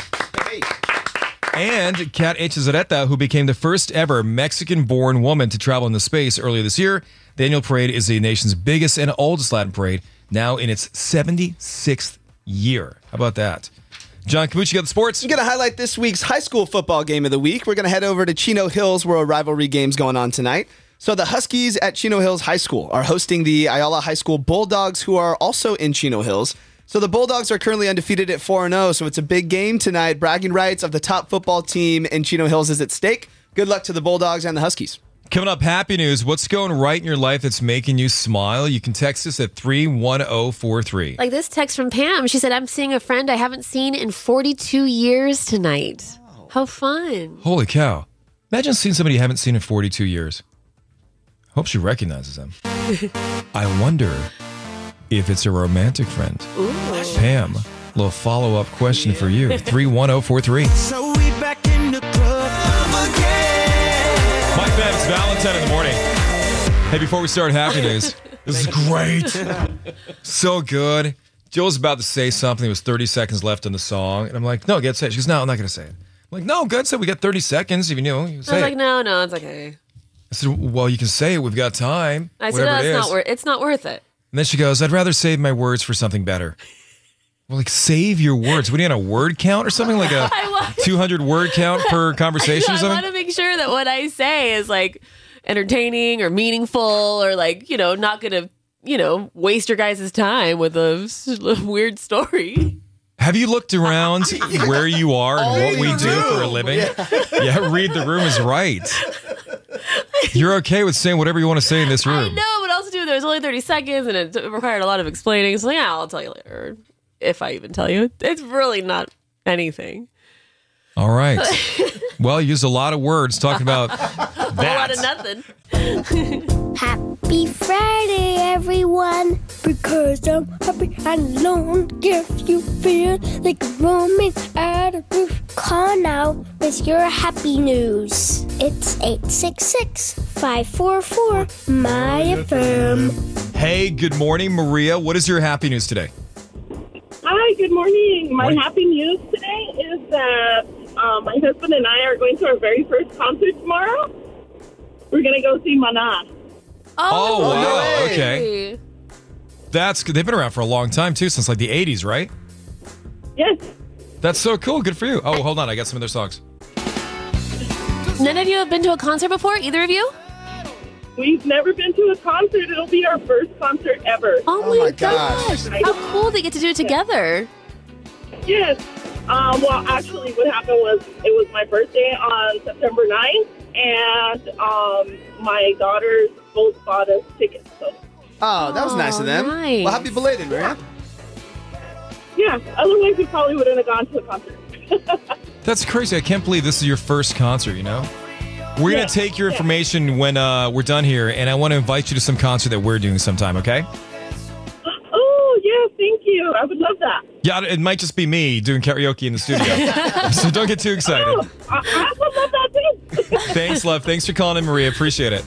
B: and Kat Echezareta, who became the first ever Mexican-born woman to travel into space earlier this year. The annual parade is the nation's biggest and oldest Latin parade, now in its 76th year. How about that? John Camucci got the sports.
A: We're going to highlight this week's high school football game of the week. We're going to head over to Chino Hills, where a rivalry game's going on tonight. So the Huskies at Chino Hills High School are hosting the Ayala High School Bulldogs, who are also in Chino Hills. So the Bulldogs are currently undefeated at 4 0, so it's a big game tonight. Bragging rights of the top football team in Chino Hills is at stake. Good luck to the Bulldogs and the Huskies.
B: Coming up, happy news. What's going right in your life that's making you smile? You can text us at 31043.
C: Like this text from Pam. She said, I'm seeing a friend I haven't seen in 42 years tonight. How fun.
B: Holy cow. Imagine seeing somebody you haven't seen in 42 years. Hope she recognizes them. I wonder if it's a romantic friend. Pam, little follow up question for you 31043.
K: So we back in the club again.
B: Mike Bev, it's Valentine in the morning. Hey, before we start happy news, this is great. so good. Jill's about to say something. There was 30 seconds left in the song. And I'm like, no, get said. She goes, no, I'm not going to say it. I'm like, no, good. So we got 30 seconds. If you knew, you
C: I
B: say
C: was
B: it.
C: like, no, no, it's okay.
B: I said, well, you can say it. We've got time.
C: I said,
B: whatever
C: no,
B: it
C: it's
B: is.
C: not, worth. it's not worth it.
B: And then she goes, I'd rather save my words for something better. Well, like save your words. What do you got a word count or something like a
C: I want-
B: 200 word count per conversation or
C: I want
B: something?
C: to make sure that what I say is like entertaining or meaningful or like, you know, not going to, you know, waste your guys' time with a s- weird story.
B: Have you looked around where you are and what we do for a living?
C: Yeah.
B: Yeah. read the room is right. You're okay with saying whatever you want to say in this room.
C: No, but also, too, there was only 30 seconds and it t- required a lot of explaining. So, yeah, I'll tell you later if I even tell you. It's really not anything.
B: All right. Well, you used a lot of words talking about that.
C: A lot of
N: nothing. happy Friday, everyone. Because I'm happy and alone. If you feel like roaming out of roof, call now with your happy news. It's 866 544 My Affirm.
B: Hey, good morning, Maria. What is your happy news today?
O: Hi, good morning. My
B: Morning.
O: happy news today is that um, my husband and I are going to our very first concert tomorrow. We're going to go see Mana.
B: Oh, no wow. way. Okay. That's good. They've been around for a long time too, since like the 80s, right?
O: Yes.
B: That's so cool. Good for you. Oh, hold on. I got some of their songs.
C: None of you have been to a concert before, either of you?
O: We've never been to a concert. It'll be our first concert ever.
C: Oh my, gosh. How cool they get to do it together.
O: Yes. Um, well, actually, what happened was it was my birthday on September 9th, and um, my daughters both bought us tickets. So,
A: Oh, that was nice of them. Well, happy belated, Maria.
O: yeah, otherwise, we probably wouldn't have gone to the concert.
B: That's crazy. I can't believe this is your first concert, you know? We're going to take your information when uh, we're done here, and I want to invite you to some concert that we're doing sometime, okay?
O: Oh, yeah, thank you. I would love that.
B: Yeah, it might just be me doing karaoke in the studio. so don't get too excited.
O: I, I would love that too.
B: Thanks, love. Thanks for calling in, Maria. Appreciate it.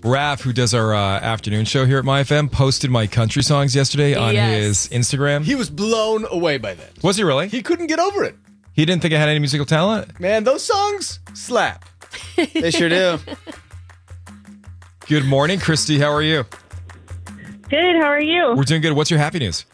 B: Raph, who does our uh, afternoon show here at MyFM, posted my country songs yesterday on
D: Yes.
B: his Instagram.
D: He was blown away by that.
B: Was he really?
D: He couldn't get over it.
B: He didn't think I had any musical talent?
D: Man, those songs slap.
A: They sure do.
B: Good morning, Christy. How are you?
P: Good. How are you?
B: We're doing good. What's your happy news?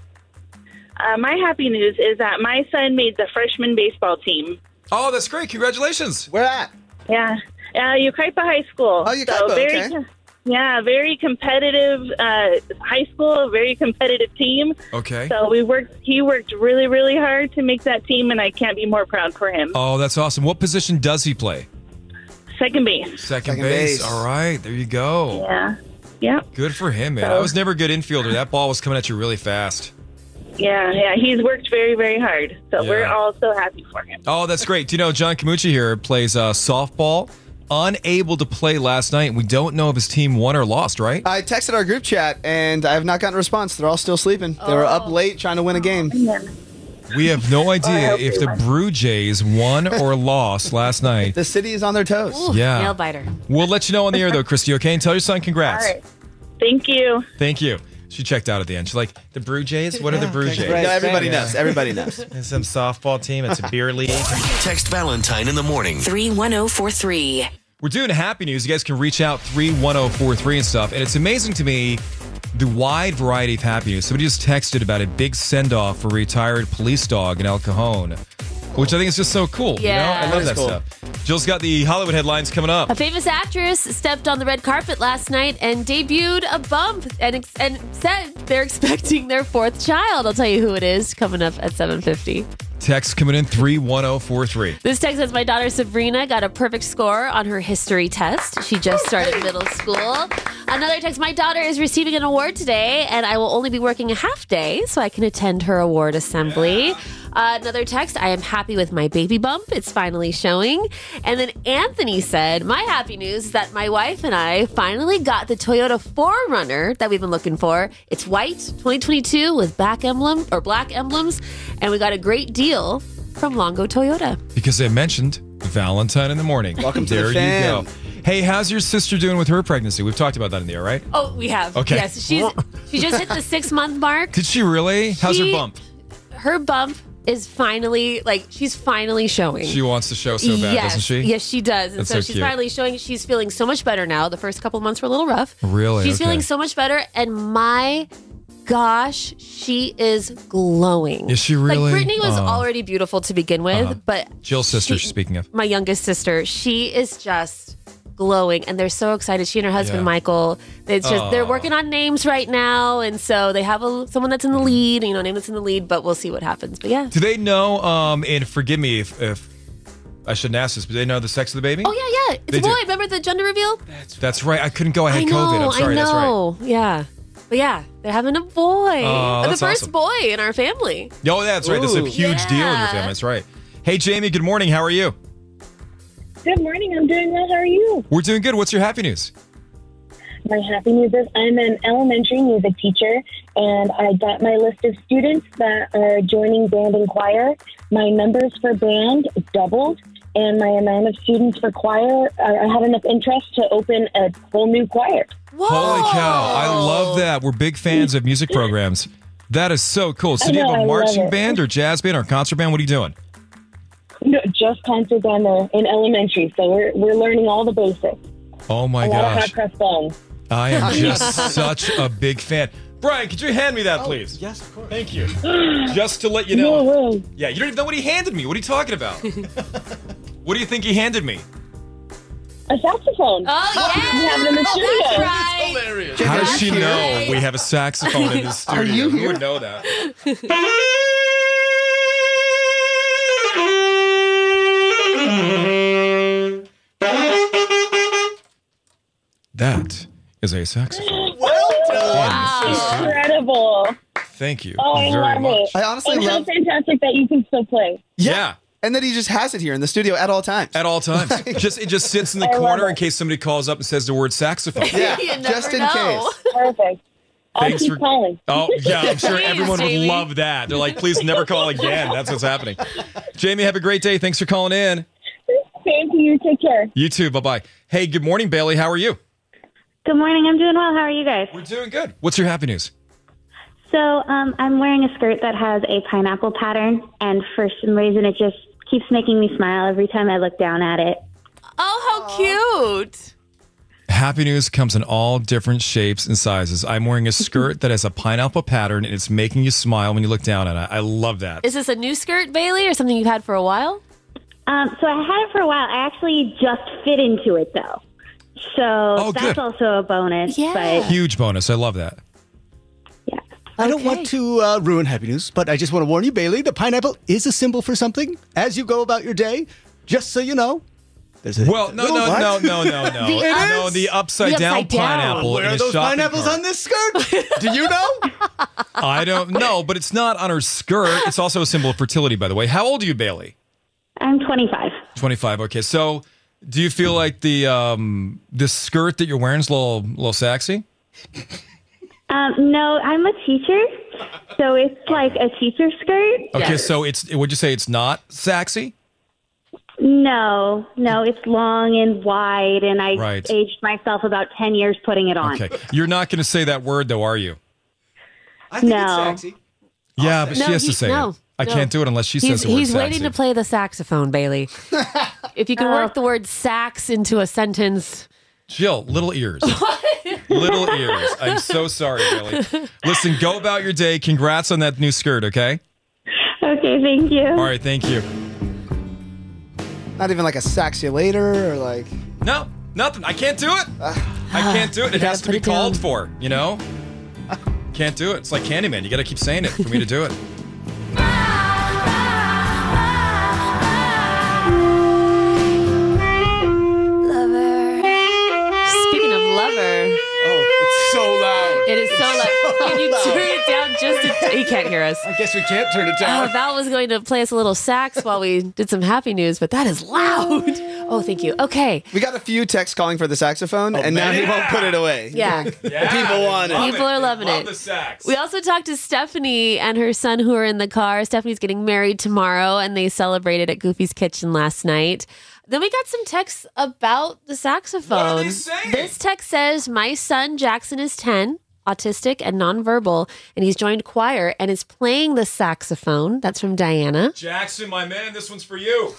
P: Uh, my happy news is that my son made the freshman baseball team.
B: Oh, that's great. Congratulations.
A: Where at?
P: Yeah, uh, Ukaipa High School. Oh,
A: Ukaipa,
P: very,
A: okay.
P: com- Yeah, very competitive uh, high school. Very competitive team.
B: Okay.
P: So we worked. He worked really, really hard to make that team, and I can't be more proud for him.
B: Oh, that's awesome. What position does he play?
P: Second base.
B: Second,
P: Second
B: base.
P: base.
B: All right. There you go.
P: Yeah. Yeah.
B: Good for him, man. I was never a good infielder. That ball was coming at you really fast.
P: Yeah. Yeah. He's worked very, very hard. So we're
B: Yeah.
P: all so happy for him.
B: Oh, that's great. Do you know John Camucci here plays uh, softball? Unable to play last night. We don't know if his team won or lost, right?
A: I texted our group chat and I have not gotten a response. They're all still sleeping. They were up late trying to win a game.
B: We have no idea if the Brew Jays won or lost last night.
A: The city is on their toes.
B: Yeah.
C: Nail biter.
B: We'll let you know on the air, though, Christy, okay? And tell your son congrats.
P: Thank you.
B: Thank you. She checked out at the end. She's like, the Brew Jays? What are the Brew Jays?
A: No, everybody knows. Everybody knows.
B: It's some softball team. It's a beer league.
Q: Text Valentine in the morning.
E: 31043.
B: We're doing happy news. You guys can reach out 31043 and stuff. And it's amazing to me the wide variety of happy news. Somebody just texted about a big send off for retired police dog in El Cajon, which I think is just so cool. you know?
C: Yeah.
B: I
C: That
B: love
C: is
B: that
C: cool.
B: stuff. Jill's got the Hollywood headlines coming up.
C: A famous actress stepped on the red carpet last night and debuted a bump and ex- and said they're expecting their fourth child. I'll tell you who it is coming up at 7:50.
B: Text coming in 31043.
C: This text says my daughter Sabrina got a perfect score on her history test. She just started middle school. Another text, my daughter is receiving an award today and I will only be working a half day so I can attend her award assembly. Uh, another text, I am happy with my baby bump. It's finally showing. And then Anthony said, My happy news is that my wife and I finally got the Toyota 4Runner that we've been looking for. It's white, 2022 with back emblem or black emblems, and we got a great deal from Longo Toyota.
B: Because they mentioned Valentine in the morning.
A: Welcome to
B: there
A: the fam.
B: you go. Hey, how's your sister doing with her pregnancy? We've talked about that in the air, right?
C: Oh, we have.
B: Okay.
C: Yes, she's she just hit the six month mark.
B: Did she really? How's her
C: She-
B: bump?
C: Her bump is finally like she's finally showing.
B: She wants to show so bad,
C: yes.
B: doesn't she?
C: Yes, she does. And
B: That's
C: so,
B: so
C: she's
B: cute.
C: finally showing. She's feeling so much better now. The first couple months were a little rough.
B: Really?
C: She's
B: Okay.
C: feeling so much better, and my gosh, she is glowing.
B: Is she really? Oh.
C: Like Brittany was
B: Aw.
C: already beautiful to begin with,
B: Uh-huh.
C: but
B: Jill's sister,
C: she-
B: speaking of.
C: my youngest sister, she is just glowing and they're so excited. She and her husband
B: Yeah.
C: Michael, it's just they're
B: Aw.
C: working on names right now and so they have a someone that's in the lead, you know, name that's in the lead, but we'll see what happens. But yeah.
B: Do they know? Um, and forgive me if, if I shouldn't ask this, but they know the sex of the baby.
C: Oh yeah, yeah. It's
B: They
C: a
B: do.
C: boy. Remember the gender reveal?
B: that's right. I couldn't go. I had
C: I know,
B: COVID. I'm sorry.
C: I
B: That's right.
C: know. Yeah. But yeah, they're having a boy.
B: Aw,
C: the
B: that's
C: first
B: awesome.
C: boy in our family.
B: Oh, that's right. That's a
C: Ooh.
B: huge deal in your
C: Yeah.
B: family. That's right. Hey, Jamie. Good morning. How are you?
R: Good morning. I'm doing well. How are you?
B: We're doing good. What's your happy news?
R: My happy news is I'm an elementary music teacher, and I got my list of students that are joining band and choir. My numbers for band doubled, and my amount of students for choir, uh, I have enough interest to open a whole new choir.
B: Holy
C: Oh.
B: cow! I love that. We're big fans of music programs. That is so cool.
R: I
B: So, do you
R: know,
B: have
R: I
B: a
R: love
B: marching
R: it.
B: band or jazz band or concert band? What are you doing?
R: No, just concert band there in elementary, so we're, we're learning all the basics.
B: Oh my
R: a lot of hot
B: gosh!
R: cross buns.
B: I am just such a big fan. Brian, could you hand me that, please?
D: Oh, Yes, of course.
B: Thank you. Just to let you know. Yeah, you don't even know what he handed me. What are you talking about? what do you think he handed me?
R: A saxophone.
C: Oh,
R: yeah. We have it in the studio.
B: How does
R: That's
B: she know
R: right.
B: we have a saxophone in the studio?
R: Are you
B: Who
R: here?
B: would know that? That is a saxophone.
R: Wow. Incredible.
B: Thank you
R: Oh, I
B: very
R: love
B: much.
R: it.
A: I honestly
R: and
A: love-
R: how fantastic that you can still play.
B: Yeah.
A: And that he just has it here in the studio at all times.
B: At all times. just it just sits in the
R: I love
B: corner
R: it.
B: in case somebody calls up and says the word saxophone.
A: just in know.
R: case. Perfect. I'll
B: Thanks
R: keep
B: for-
R: calling.
B: Oh yeah, I'm sure
R: Please,
B: everyone would
R: Jamie.
B: love that. They're like, please never call again. That's what's happening. Jamie, have a great day. Thanks for calling in.
R: Thank you. Take care.
B: You too. Bye bye. Hey, good morning, Bailey. How are you?
S: Good morning. I'm doing well. How are you guys?
B: We're doing good. What's your happy news?
S: So um, I'm wearing a skirt that has a pineapple pattern, and for some reason, it just keeps making me smile every time I look down at it.
C: Oh, how cute.
B: Happy news comes in all different shapes and sizes. I'm wearing a skirt that has a pineapple pattern, and it's making you smile when you look down at it. I love that.
C: Is this a new skirt, Bailey, or something you've had for a while?
S: Um, so I had it for a while. I actually just fit into it though, so that's
B: Oh, good.
S: also a bonus. But
B: Huge bonus. I love that.
D: I don't want to uh, ruin happy news, but I just want to warn you, Bailey, the pineapple is a symbol for something as you go about your day, just so you know. There's a
B: Well, no, no,
D: What?
B: no, no, no, no.
D: The- it
B: no,
D: is?
B: the upside, down, pineapple.
D: Where
B: in
D: are
B: a
D: those
B: shopping
D: pineapples
B: cart.
D: on this skirt? Do you know?
B: I don't know, but it's not on her skirt. It's also a symbol of fertility, by the way. How old are you, Bailey?
S: I'm 25.
B: 25. Okay. So do you feel like the um the skirt that you're wearing is a little, little sexy?
S: Um, no, I'm a teacher, so it's like a teacher skirt.
B: Okay. So it's, would you say it's not sexy?
S: No, no, it's long and wide, and I
B: Right.
S: aged myself about 10 years putting it on.
B: Okay. You're not going to say that word, though, are you?
S: no.
B: Yeah, but
C: No,
B: she has
C: he-
B: to say
C: no,
B: it. I
C: no.
B: can't do it unless she
C: he's
B: says the word
C: he's
B: sexy.
C: waiting to play the saxophone, Bailey. if you can work the word sax into a sentence.
B: Jill, little ears. little ears. I'm so sorry, Bailey. Listen, go about your day. Congrats on that new skirt, okay?
S: Okay, thank you.
B: All right, thank you.
A: Not even like a sax you later or like.
B: No, nothing. I can't do it. I can't do it. It has to be called for, you know? Can't do it. It's like Candyman. You got to keep saying it for me to do it.
C: Speaking of lover,
D: oh, it's so loud.
C: it is so loud. Can you
D: loud.
C: turn it down just a, He can't hear us.
D: I guess we can't turn it
C: Oh,
D: down.
C: Val was going to play us a little sax while we did some happy news, but that is loud. Oh, thank you. Okay.
A: We got a few texts calling for the saxophone, and now he
C: man.
A: won't put it away.
C: Yeah.
A: People want it.
C: People are loving it. We also talked to Stephanie and her son who are in the car. Stephanie's getting married tomorrow and they celebrated at Goofy's Kitchen last night. Then we got some texts about the saxophone.
T: What are they saying?
C: This text says, My son Jackson is 10, autistic and nonverbal, and he's joined choir and is playing the saxophone. That's from Diana.
B: Jackson, my man, this one's for you.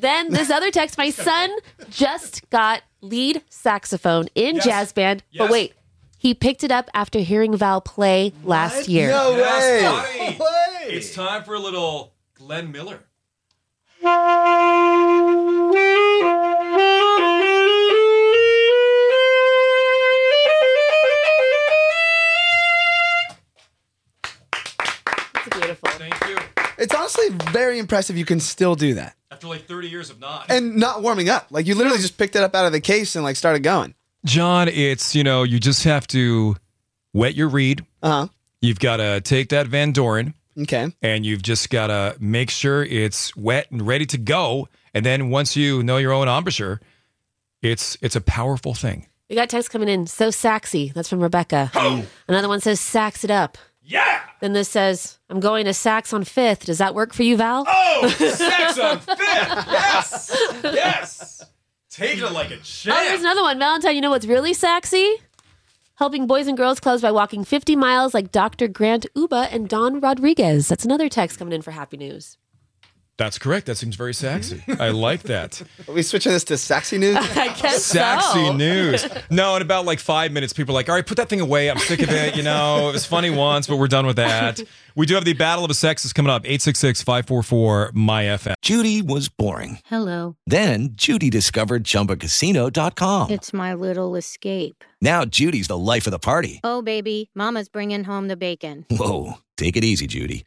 C: Then this other text, my son just got lead saxophone in jazz band. But wait, He picked it up after hearing Val play last year.
B: Yes, Donnie. It's time for a little Glenn Miller.
C: It's beautiful.
B: Thank you.
A: It's honestly very impressive you can still do that.
B: After like 30 years of not.
A: And not warming up. Like you literally just picked it up out of the case and like started going.
B: John, it's, you know, you just have to wet your reed.
A: Uh huh.
B: You've got to take that Van Doren
A: Okay.
B: and you've just got to make sure it's wet and ready to go. And then once you know your own embouchure, it's it's a powerful thing.
C: We got text coming in. So sexy. That's from Rebecca. Another one says, sax it up.
B: Yeah.
C: Then this says, I'm going to sax on fifth. Does that work for you, Val?
B: Oh, sex on fifth. Yes. Yes. Take it like a champ.
C: Oh, there's another one. Valentine, you know what's really sexy? Helping Boys and Girls Clubs by walking 50 miles like Dr. Grant Uba and Don Rodriguez. That's another text coming in for Happy News.
B: That's correct. That seems very sexy. I like that.
A: Are we switching this to sexy news?
C: I guess
B: Sexy
C: so.
B: news. No, in about like five minutes, people are like, all right, put that thing away. I'm sick of it. You know, it was funny once, but we're done with that. We do have the Battle of the Sexes coming up 866 544 MyFM.
Q: Judy was boring.
T: Hello.
Q: Then Judy discovered ChumbaCasino.com.
T: It's my little escape.
Q: Now Judy's the life of the party.
T: Oh, baby, Mama's bringing home the bacon.
Q: Whoa, take it easy, Judy.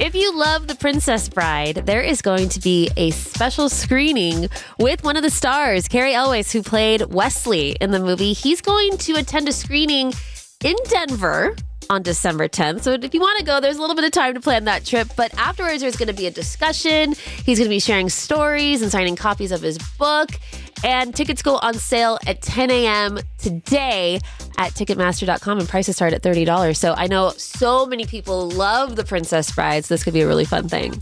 C: If you love The Princess Bride, there is going to be a special screening with one of the stars, Carrie Elways, who played Wesley in the movie. He's going to attend a screening in Denver on December 10th. So if you want to go, there's a little bit of time to plan that trip. But afterwards, there's going to be a discussion. He's going to be sharing stories and signing copies of his book. And tickets go on sale at 10 a.m. today at Ticketmaster.com, and prices start at $30. So I know so many people love the Princess Brides. this could be a really fun thing.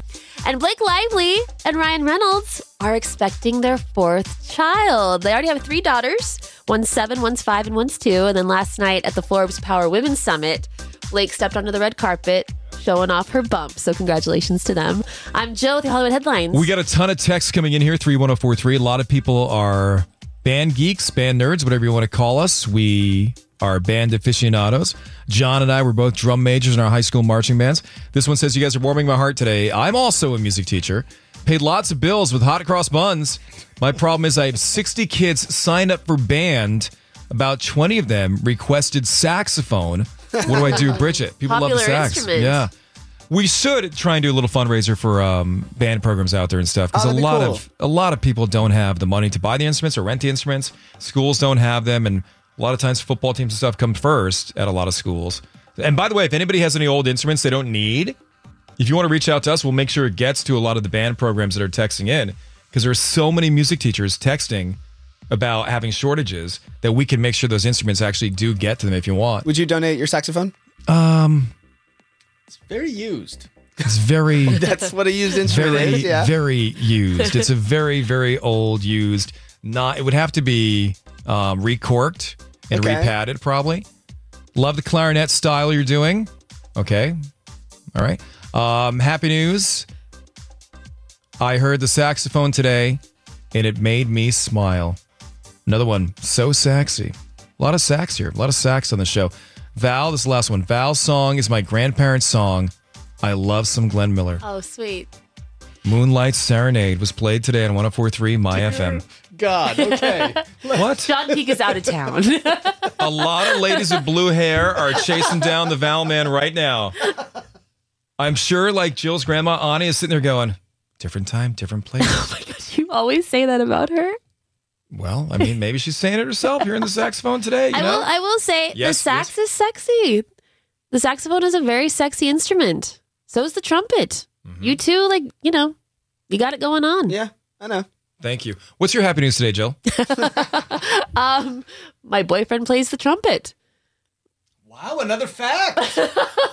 C: And Blake Lively and Ryan Reynolds are expecting their fourth child. They already have three daughters one's seven, one's five, and one's two. And then last night at the Forbes Power Women's Summit, Blake stepped onto the red carpet. Showing off her bump. So, congratulations to them. I'm Joe with the Hollywood Headlines.
B: We got a ton of texts coming in here, 31043. A lot of people are band geeks, band nerds, whatever you want to call us. We are band aficionados. John and I were both drum majors in our high school marching bands. This one says, You guys are warming my heart today. I'm also a music teacher. Paid lots of bills with hot cross buns. My problem is I have 60 kids signed up for band. About 20 of them requested saxophone. What do I do, Bridget? People love the
C: Popular
B: sax.
C: instrument.
B: Yeah. We should try and do a little fundraiser for um, band programs out there and stuff because
A: Oh,
B: a
A: that'd be
B: lot
A: cool.
B: of a lot of people don't have the money to buy the instruments or rent the instruments. Schools don't have them, and a lot of times football teams and stuff come first at a lot of schools. And by the way, if anybody has any old instruments they don't need, if you want to reach out to us, we'll make sure it gets to a lot of the band programs that are texting in because there are so many music teachers texting about having shortages that we can make sure those instruments actually do get to them if you want.
A: Would you donate your saxophone?
B: Um,
D: Very used.
B: it's very
A: That's what a used instrument
B: very
A: is. Yeah.
B: very used. It's a very very old used. Not it would have to be um, recorked and
A: Okay.
B: repadded probably. Love the clarinet style you're doing. Okay, all right. Um, happy news. I heard the saxophone today, and it made me smile. Another one, so sexy. A lot of sax here. A lot of sax on the show. Val, this is the last one. Val's song is my grandparents' song. I love some Glenn Miller.
C: oh, sweet.
B: Moonlight Serenade was played today on 1043 My FM.
D: God. Okay.
B: What?
C: John Peak is out of town.
B: A lot of ladies with blue hair are chasing down the Val man right now. I'm sure like Jill's grandma Ani is sitting there going, different time, different place.
C: you always say that about her.
B: well, I mean, maybe she's saying it herself. You're in the saxophone today, you
C: I
B: know?
C: will. I will say
B: Yes,
C: the sax is sexy. The saxophone is a very sexy instrument. So is the trumpet.
B: Mm-hmm.
C: You two, like you know, you got it going on.
A: Yeah, I know.
B: Thank you. What's your happy news today, Jill?
C: Um, my boyfriend plays the trumpet.
D: Wow, another fact.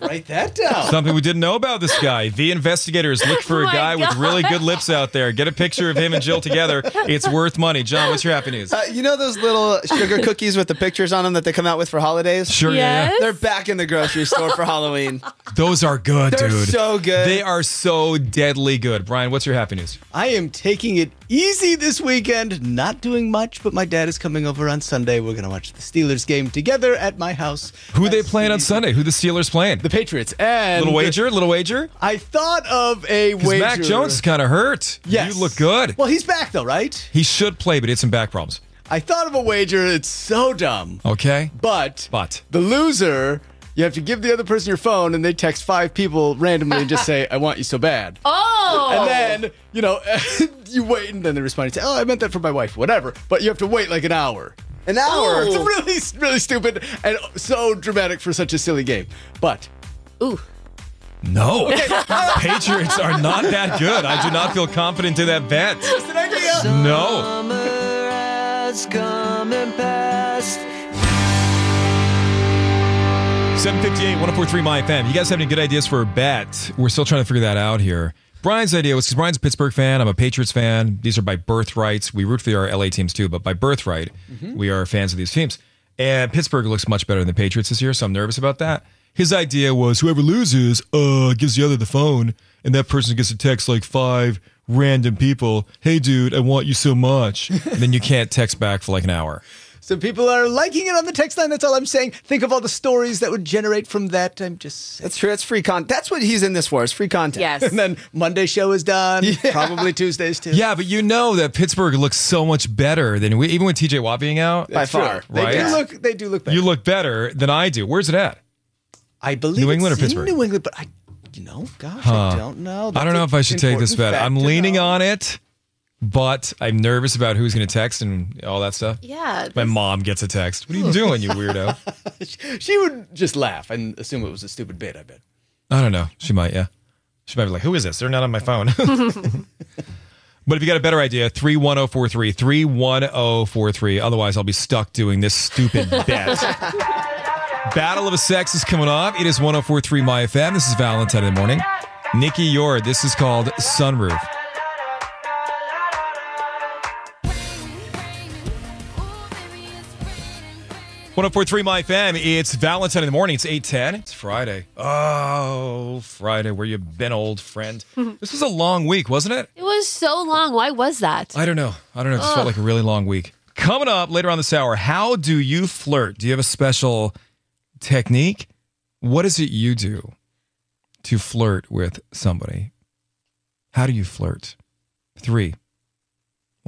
D: Write that down.
B: Something we didn't know about this guy. The investigators look for a
D: my
B: guy with
D: God.
B: really good lips out there. Get a picture of him and Jill together. It's worth money. John, what's your happy news?
A: Uh, you know those little sugar cookies with the pictures on them that they come out with for holidays?
B: Sure, yeah, yeah. Yes.
A: They're back in the grocery store for Halloween.
B: Those are good,
A: They're
B: dude.
A: so good.
B: They are so deadly good. Brian, what's your happy news?
D: I am taking it easy this weekend, not doing much, but my dad is coming over on Sunday. We're going to watch the Steelers game together at my house.
B: Who they playing on Sunday? Who the Steelers playing? The
D: Patriots. And
B: little wager, little wager.
D: I thought of a
B: 'Cause
D: wager.
B: Mac Jones is kind of hurt.
D: Yes.
B: You look good.
D: Well, he's back though, right?
B: He should play, but he had some back problems.
D: I thought of a wager. It's so dumb.
B: Okay.
D: But
B: but
D: the loser, you have to give the other person your phone, and they text five people randomly and just say, "I want you so bad."
C: Oh.
D: And then you know you wait, and then they respond and say, "Oh, I meant that for my wife, whatever." But you have to wait like an hour.
A: An
C: Oh.
A: hour?
D: It's really, really stupid and so dramatic for such a silly game. But
B: No.
D: Okay.
B: Patriots are not that good. I do not feel confident in that bet.
D: Just an idea.
B: No.
K: has come and passed.
B: 758 1043 MyFM. You guys have any good ideas for a bet? We're still trying to figure that out here. Brian's idea was because Brian's a Pittsburgh fan. I'm a Patriots fan. These are by birthrights. We root for our LA teams too, but by birthright, we are fans of these teams. And Pittsburgh looks much better than the Patriots this year, so I'm nervous about that. His idea was whoever loses uh, gives the other the phone, and that person gets to text like five random people. Hey, dude, I want you so much. and then you can't text back for like an hour.
D: Some people are liking it on the text line. That's all I'm saying. Think of all the stories that would generate from that. I'm just.
A: That's true. That's free content. That's what he's in this for. It's free content.
D: Yes. And then Monday show is done. Probably Tuesdays too.
B: Yeah, but you know that Pittsburgh looks so much better than we, even with TJ Watt being out.
D: That's true. They
B: right?
D: do look. They do look. Better.
B: You look better than I do. Where's it at?
D: I believe
B: New England or
D: it's in
B: Pittsburgh.
D: New England, but I, you know, gosh,
B: Huh.
D: I don't know.
B: I don't
D: That's
B: know
D: an
B: if I should take this
D: important
B: bet. I'm
D: fact to
B: leaning on it, but I'm nervous about who's going to text and all that stuff.
C: Yeah.
B: My mom gets a text. What are you doing, you weirdo?
D: know. She would just laugh and assume it was a stupid bit. I bet.
B: I don't know. She might, yeah. She might be like, who is this? They're not on my phone. but if you got a better idea, 31043, 31043. Otherwise, I'll be stuck doing this stupid bet. Battle of the Sex is coming off. It is 1043 My FM. This is Valentine in the morning. Nikki Yord, this is called Sunroof. One zero four three My FM. It's Valentine in the morning. It's eight ten. It's Friday. Oh, Friday, where you been, old friend? this was a long week, wasn't it?
C: It was so long. Why was that?
B: I don't know. I don't know. It just
C: Ugh.
B: felt like a really long week. Coming up later on this hour, how do you flirt? Do you have a special technique? What is it you do to flirt with somebody? How do you flirt? Three.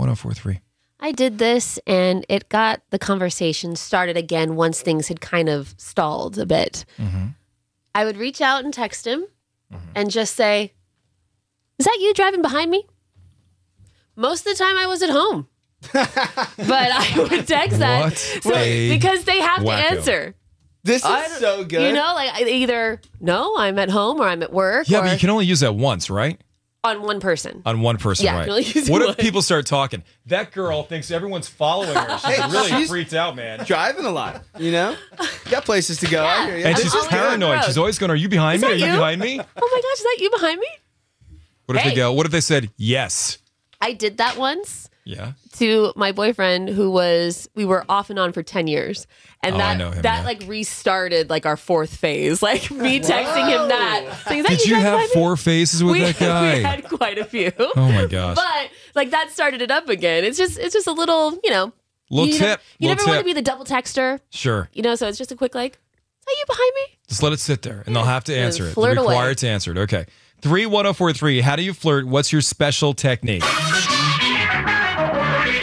B: 1043.
C: I did this and it got the conversation started again once things had kind of stalled a bit.
B: Mm-hmm.
C: I would reach out and text him and just say, Is that you driving behind me? Most of the time I was at home. but I would text that
B: What
C: so-
B: a
C: because they have
B: wacko.
C: to answer.
A: This
C: I
A: is so good.
C: You know, like I- either no, I'm at home or I'm at work
B: Yeah,
C: or
B: but you can only use that once, right?
C: on one person.
B: On one person,
C: Yeah,
B: right?
C: really use
B: what
C: one.
B: if people start talking? That girl thinks everyone's following her. She's
A: Hey,
B: really
A: she's-
B: freaked out, man.
A: Driving a lot, you know? You got places to go. I hear you.
B: And
A: This
B: she's
A: is good.
B: paranoid. She's always going, "Are you behind
C: Is
B: me?
C: that
B: Are you,
C: you?"
B: behind me?"
C: Oh my gosh, is that you behind me?
B: What if
C: Hey.
B: they go? What if they said yes?
C: I did that once.
B: Yeah.
C: to my boyfriend who was we were off and on for 10 years and
B: Oh, I
C: that
B: know him,
C: that
B: yeah.
C: like restarted like our fourth phase like me texting him that saying, "Is that
B: Did you
C: guys
B: have
C: like me?"
B: four faces with
C: we,
B: that guy?
C: we had quite a few
B: oh my gosh.
C: but like that started it up again it's just it's just a little you know
B: Little
C: you
B: tip,
C: never, you
B: little
C: never want
B: tip.
C: to be the double texter
B: sure.
C: you know so it's just a quick like are you behind me
B: Just let it sit there, and they'll have to answer it.
C: flirt
B: They're
C: away.
B: required to answer it. Okay. Three one zero four three. How do you flirt? What's your special technique?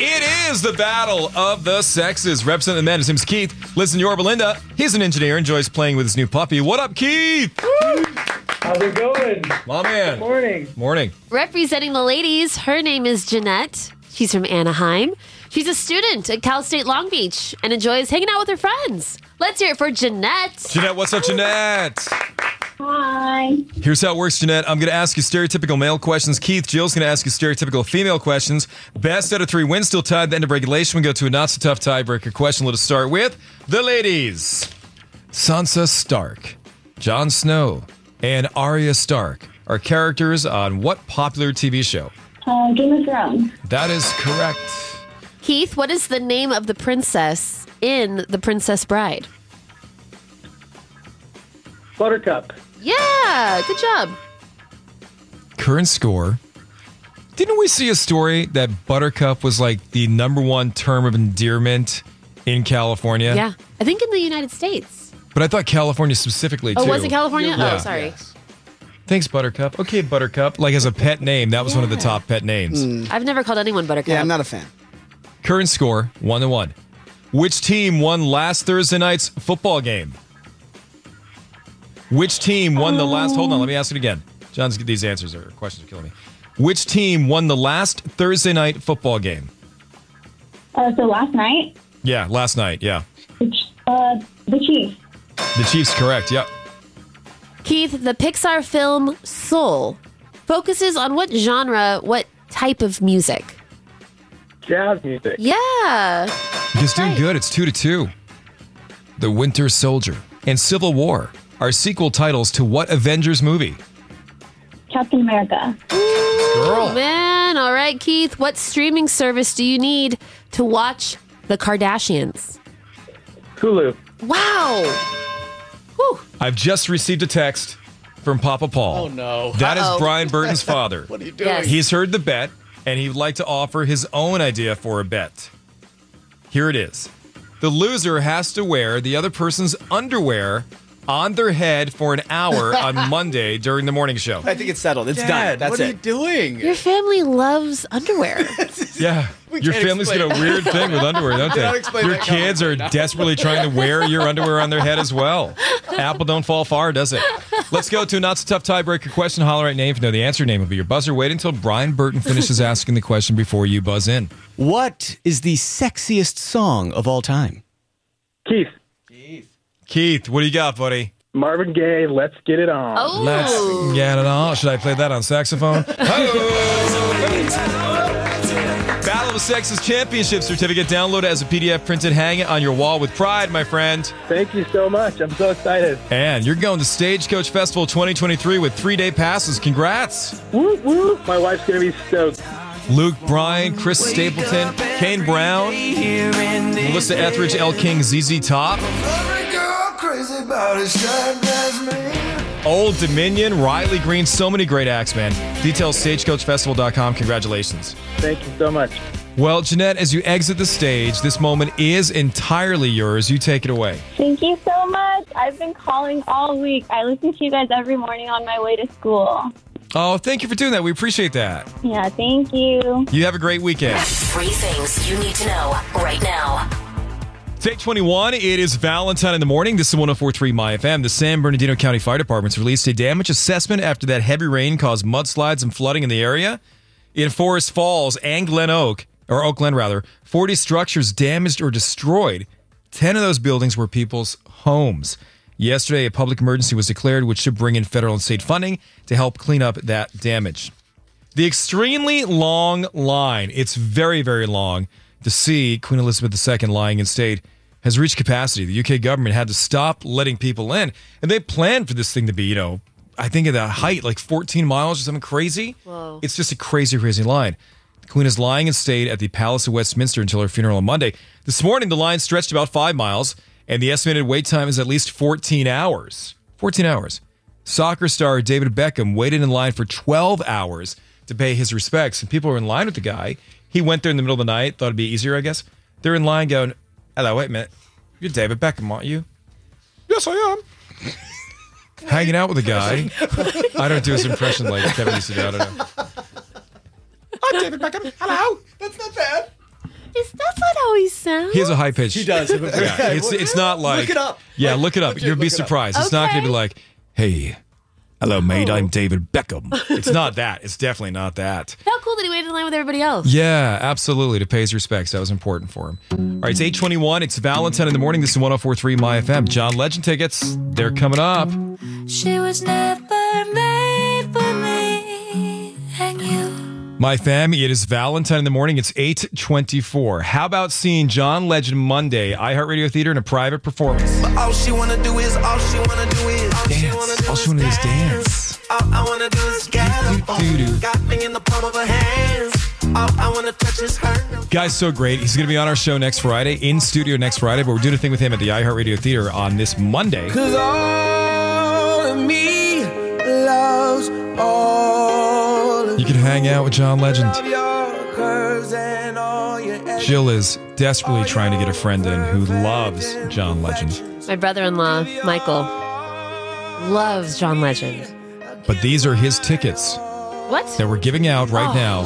B: It is the battle of the sexes. Representing the men, his name's Keith. Listen, your Belinda. He's an engineer. Enjoys playing with his new puppy. What up, Keith?
L: How's it going?
B: My man.
L: morning.
B: Morning.
C: Representing the ladies, her name is Jeanette. She's from Anaheim. She's a student at Cal State Long Beach and enjoys hanging out with her friends. Let's hear it for Jeanette.
B: Jeanette, what's up, Jeanette?
M: Hi.
B: Here's how it works, Jeanette. I'm going to ask you stereotypical male questions. Keith, Jill's going to ask you stereotypical female questions. Best out of three wins, still tied. The end of regulation. We go to a not so tough tiebreaker question. Let us start with the ladies. Sansa Stark, Jon Snow, and Arya Stark are characters on what popular TV show?
R: Uh, Game of Thrones.
B: That is correct.
C: Keith, what is the name of the princess in The Princess Bride?
L: Buttercup.
C: Yeah, good job.
B: Current score. Didn't we see a story that Buttercup was like the number one term of endearment in California?
C: Yeah. I think in the United States.
B: But I thought California specifically
C: Oh,
B: too.
C: was it California?
B: Yeah.
C: Oh, sorry.
B: Thanks, Buttercup. Okay, Buttercup. Like as a pet name, that was one of the top pet names.
C: I've never called anyone Buttercup.
B: Yeah, I'm
A: not a fan.
B: Current score one to one. Which team won last Thursday night's football game? Which team won the last? Hold on, let me ask it again. John's these answers or questions are killing me. Which team won the last Thursday night football game?
R: Uh, so last night,
B: Yeah, last night. Yeah,
R: uh, the Chiefs.
B: the Chiefs. Correct. Yep.
C: Keith, the Pixar film Soul focuses on what genre, what type of music?
L: Jazz music.
C: Yeah.
B: He's doing good. It's two to two. The Winter Soldier and Civil War are sequel titles to what Avengers movie?
R: Captain America.
C: Oh, man. All right, Keith, what streaming service do you need to watch The Kardashians?
L: Hulu.
C: Wow.
B: I've just received a text from Papa Paul. Oh no. That is
C: Uh-oh.
B: Brian Burton's father. what are you
C: doing? Yes.
B: He's heard the bet and he'd like to offer his own idea for a bet. Here it is. The loser has to wear the other person's underwear on their head for an hour on Monday during the morning show.
A: I think it's settled. It's done.
B: Dad,
A: That's
B: what
A: it.
B: are you
A: doing?
C: Your family loves underwear.
B: Yeah. Your
A: can't
B: family's got
A: explain
B: a
A: that.
B: weird thing with underwear, don't
A: Cannot
B: they?
A: explain
B: Your
A: that
B: kids are
A: comment right now.
B: desperately trying to wear your underwear on their head as well. Apple don't fall far, does it? Let's go to a not so tough tiebreaker question. Holler at name if you know the answer. Name will be your buzzer. Wait until Brian Burton finishes asking the question before you buzz in.
D: What is the sexiest song of all time?
L: Keith.
B: Keith, what do you got, buddy?
L: Marvin Gaye, let's get it on.
C: Oh.
B: Let's get it on. Should I play that on saxophone? Battle of the Sexes Championship certificate. Download it as a PDF, print it, hang it on your wall with pride, my friend.
L: Thank you so much. I'm so excited.
B: And you're going to Stagecoach Festival 2023 with three day passes. Congrats.
L: Woo, woo. My wife's going to be stoked.
B: Luke Bryan, Chris Stapleton, Kane Brown, Melissa Etheridge, L. King, ZZ Top, Old Dominion, Riley Green, so many great acts, man. Details stagecoachfestival.com. Congratulations.
L: Thank you so much.
B: Well, Jeanette, as you exit the stage, this moment is entirely yours. You take it away.
M: Thank you so much. I've been calling all week. I listen to you guys every morning on my way to school.
B: Oh, thank you for doing that. We appreciate that.
M: Yeah, thank you.
B: You have a great weekend.
E: Three things you need to know right now.
B: Take 21, it is Valentine in the morning. This is 1043 MyFM. The San Bernardino County Fire Department's released a damage assessment after that heavy rain caused mudslides and flooding in the area. In Forest Falls and Glen Oak, or Oak Glen rather, 40 structures damaged or destroyed. 10 of those buildings were people's homes. Yesterday, a public emergency was declared, which should bring in federal and state funding to help clean up that damage. The extremely long line, it's very, very long to see Queen Elizabeth II lying in state, has reached capacity. The UK government had to stop letting people in. And they planned for this thing to be, you know, I think at a height like 14 miles or something crazy.
C: Whoa.
B: It's just a crazy, crazy line. The Queen is lying in state at the Palace of Westminster until her funeral on Monday. This morning, the line stretched about five miles, and the estimated wait time is at least 14 hours. 14 hours. Soccer star David Beckham waited in line for 12 hours to pay his respects, and people were in line with the guy. He went there in the middle of the night, thought it'd be easier, I guess. They're in line going, Hello, wait a minute. You're David Beckham, aren't you? Yes, I am hanging out with a guy. I don't do his impression like Kevin used to do. I don't know.
A: I'm David Beckham. Hello. That's not bad.
C: Is that not how he sounds?
B: He has a high pitch. He
A: does.
B: Yeah, it's it's not like
A: Look it up.
B: Yeah, look it up.
A: legit
B: You'll be
A: look it up.
B: surprised. It's not going to
C: Okay.
B: be like, hey, hello, mate. I'm David Beckham. It's not that. It's definitely not that.
C: How cool that he waited in line with everybody else.
B: Yeah, absolutely. To pay his respects. That was important for him. All right, it's 821. It's Valentine in the morning. This is 1043 My FM. John Legend tickets. They're coming up.
H: She was never made for me and you.
B: My family, it is Valentine in the morning. It's 824. How about seeing John Legend Monday, iHeartRadio Theater in a private performance?
K: But all she wanna do is, all she wanna do is, all she wanna do
B: All she wanted is dance.
K: All I wanna do is get up.
B: Doo-doo.
K: Got me in the palm of her hands. All I wanna touch is her.
B: Guy's so great. He's going to be on our show next Friday, in studio next Friday, but we're doing a thing with him at the iHeartRadio Theater on this Monday.
K: Cause all of me loves all of
B: You can hang out with John Legend.
K: your curves and all your e- edges.
B: Jill is desperately trying to get a friend in who loves John Legend.
C: My brother in law, Michael, loves John Legend.
B: But these are his tickets
C: What?
B: that we're giving out right
C: Oh.
B: now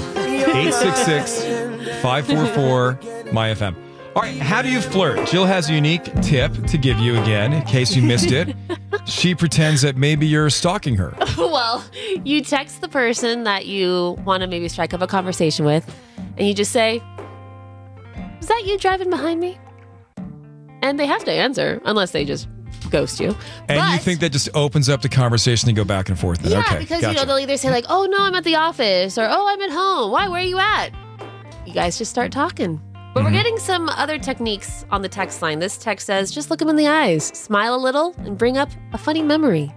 B: 866 544 MyFM. All right, how do you flirt? Jill has a unique tip to give you again, in case you missed it. she pretends that maybe you're stalking her.
C: well, you text the person that you want to maybe strike up a conversation with, and you just say, Is that you driving behind me? And they have to answer, unless they just ghost you.
B: And you
C: But-
B: think that just opens up the conversation to go back and forth. Then.
C: Yeah,
B: okay,
C: because you
B: gotcha.
C: know they'll either say like, "Oh no, I'm at the office," or "Oh, I'm at home." Why? Where are you at? You guys just start talking. But
B: Mm-hmm.
C: we're getting some other techniques on the text line. This text says, "Just look him in the eyes, smile a little, and bring up a funny memory."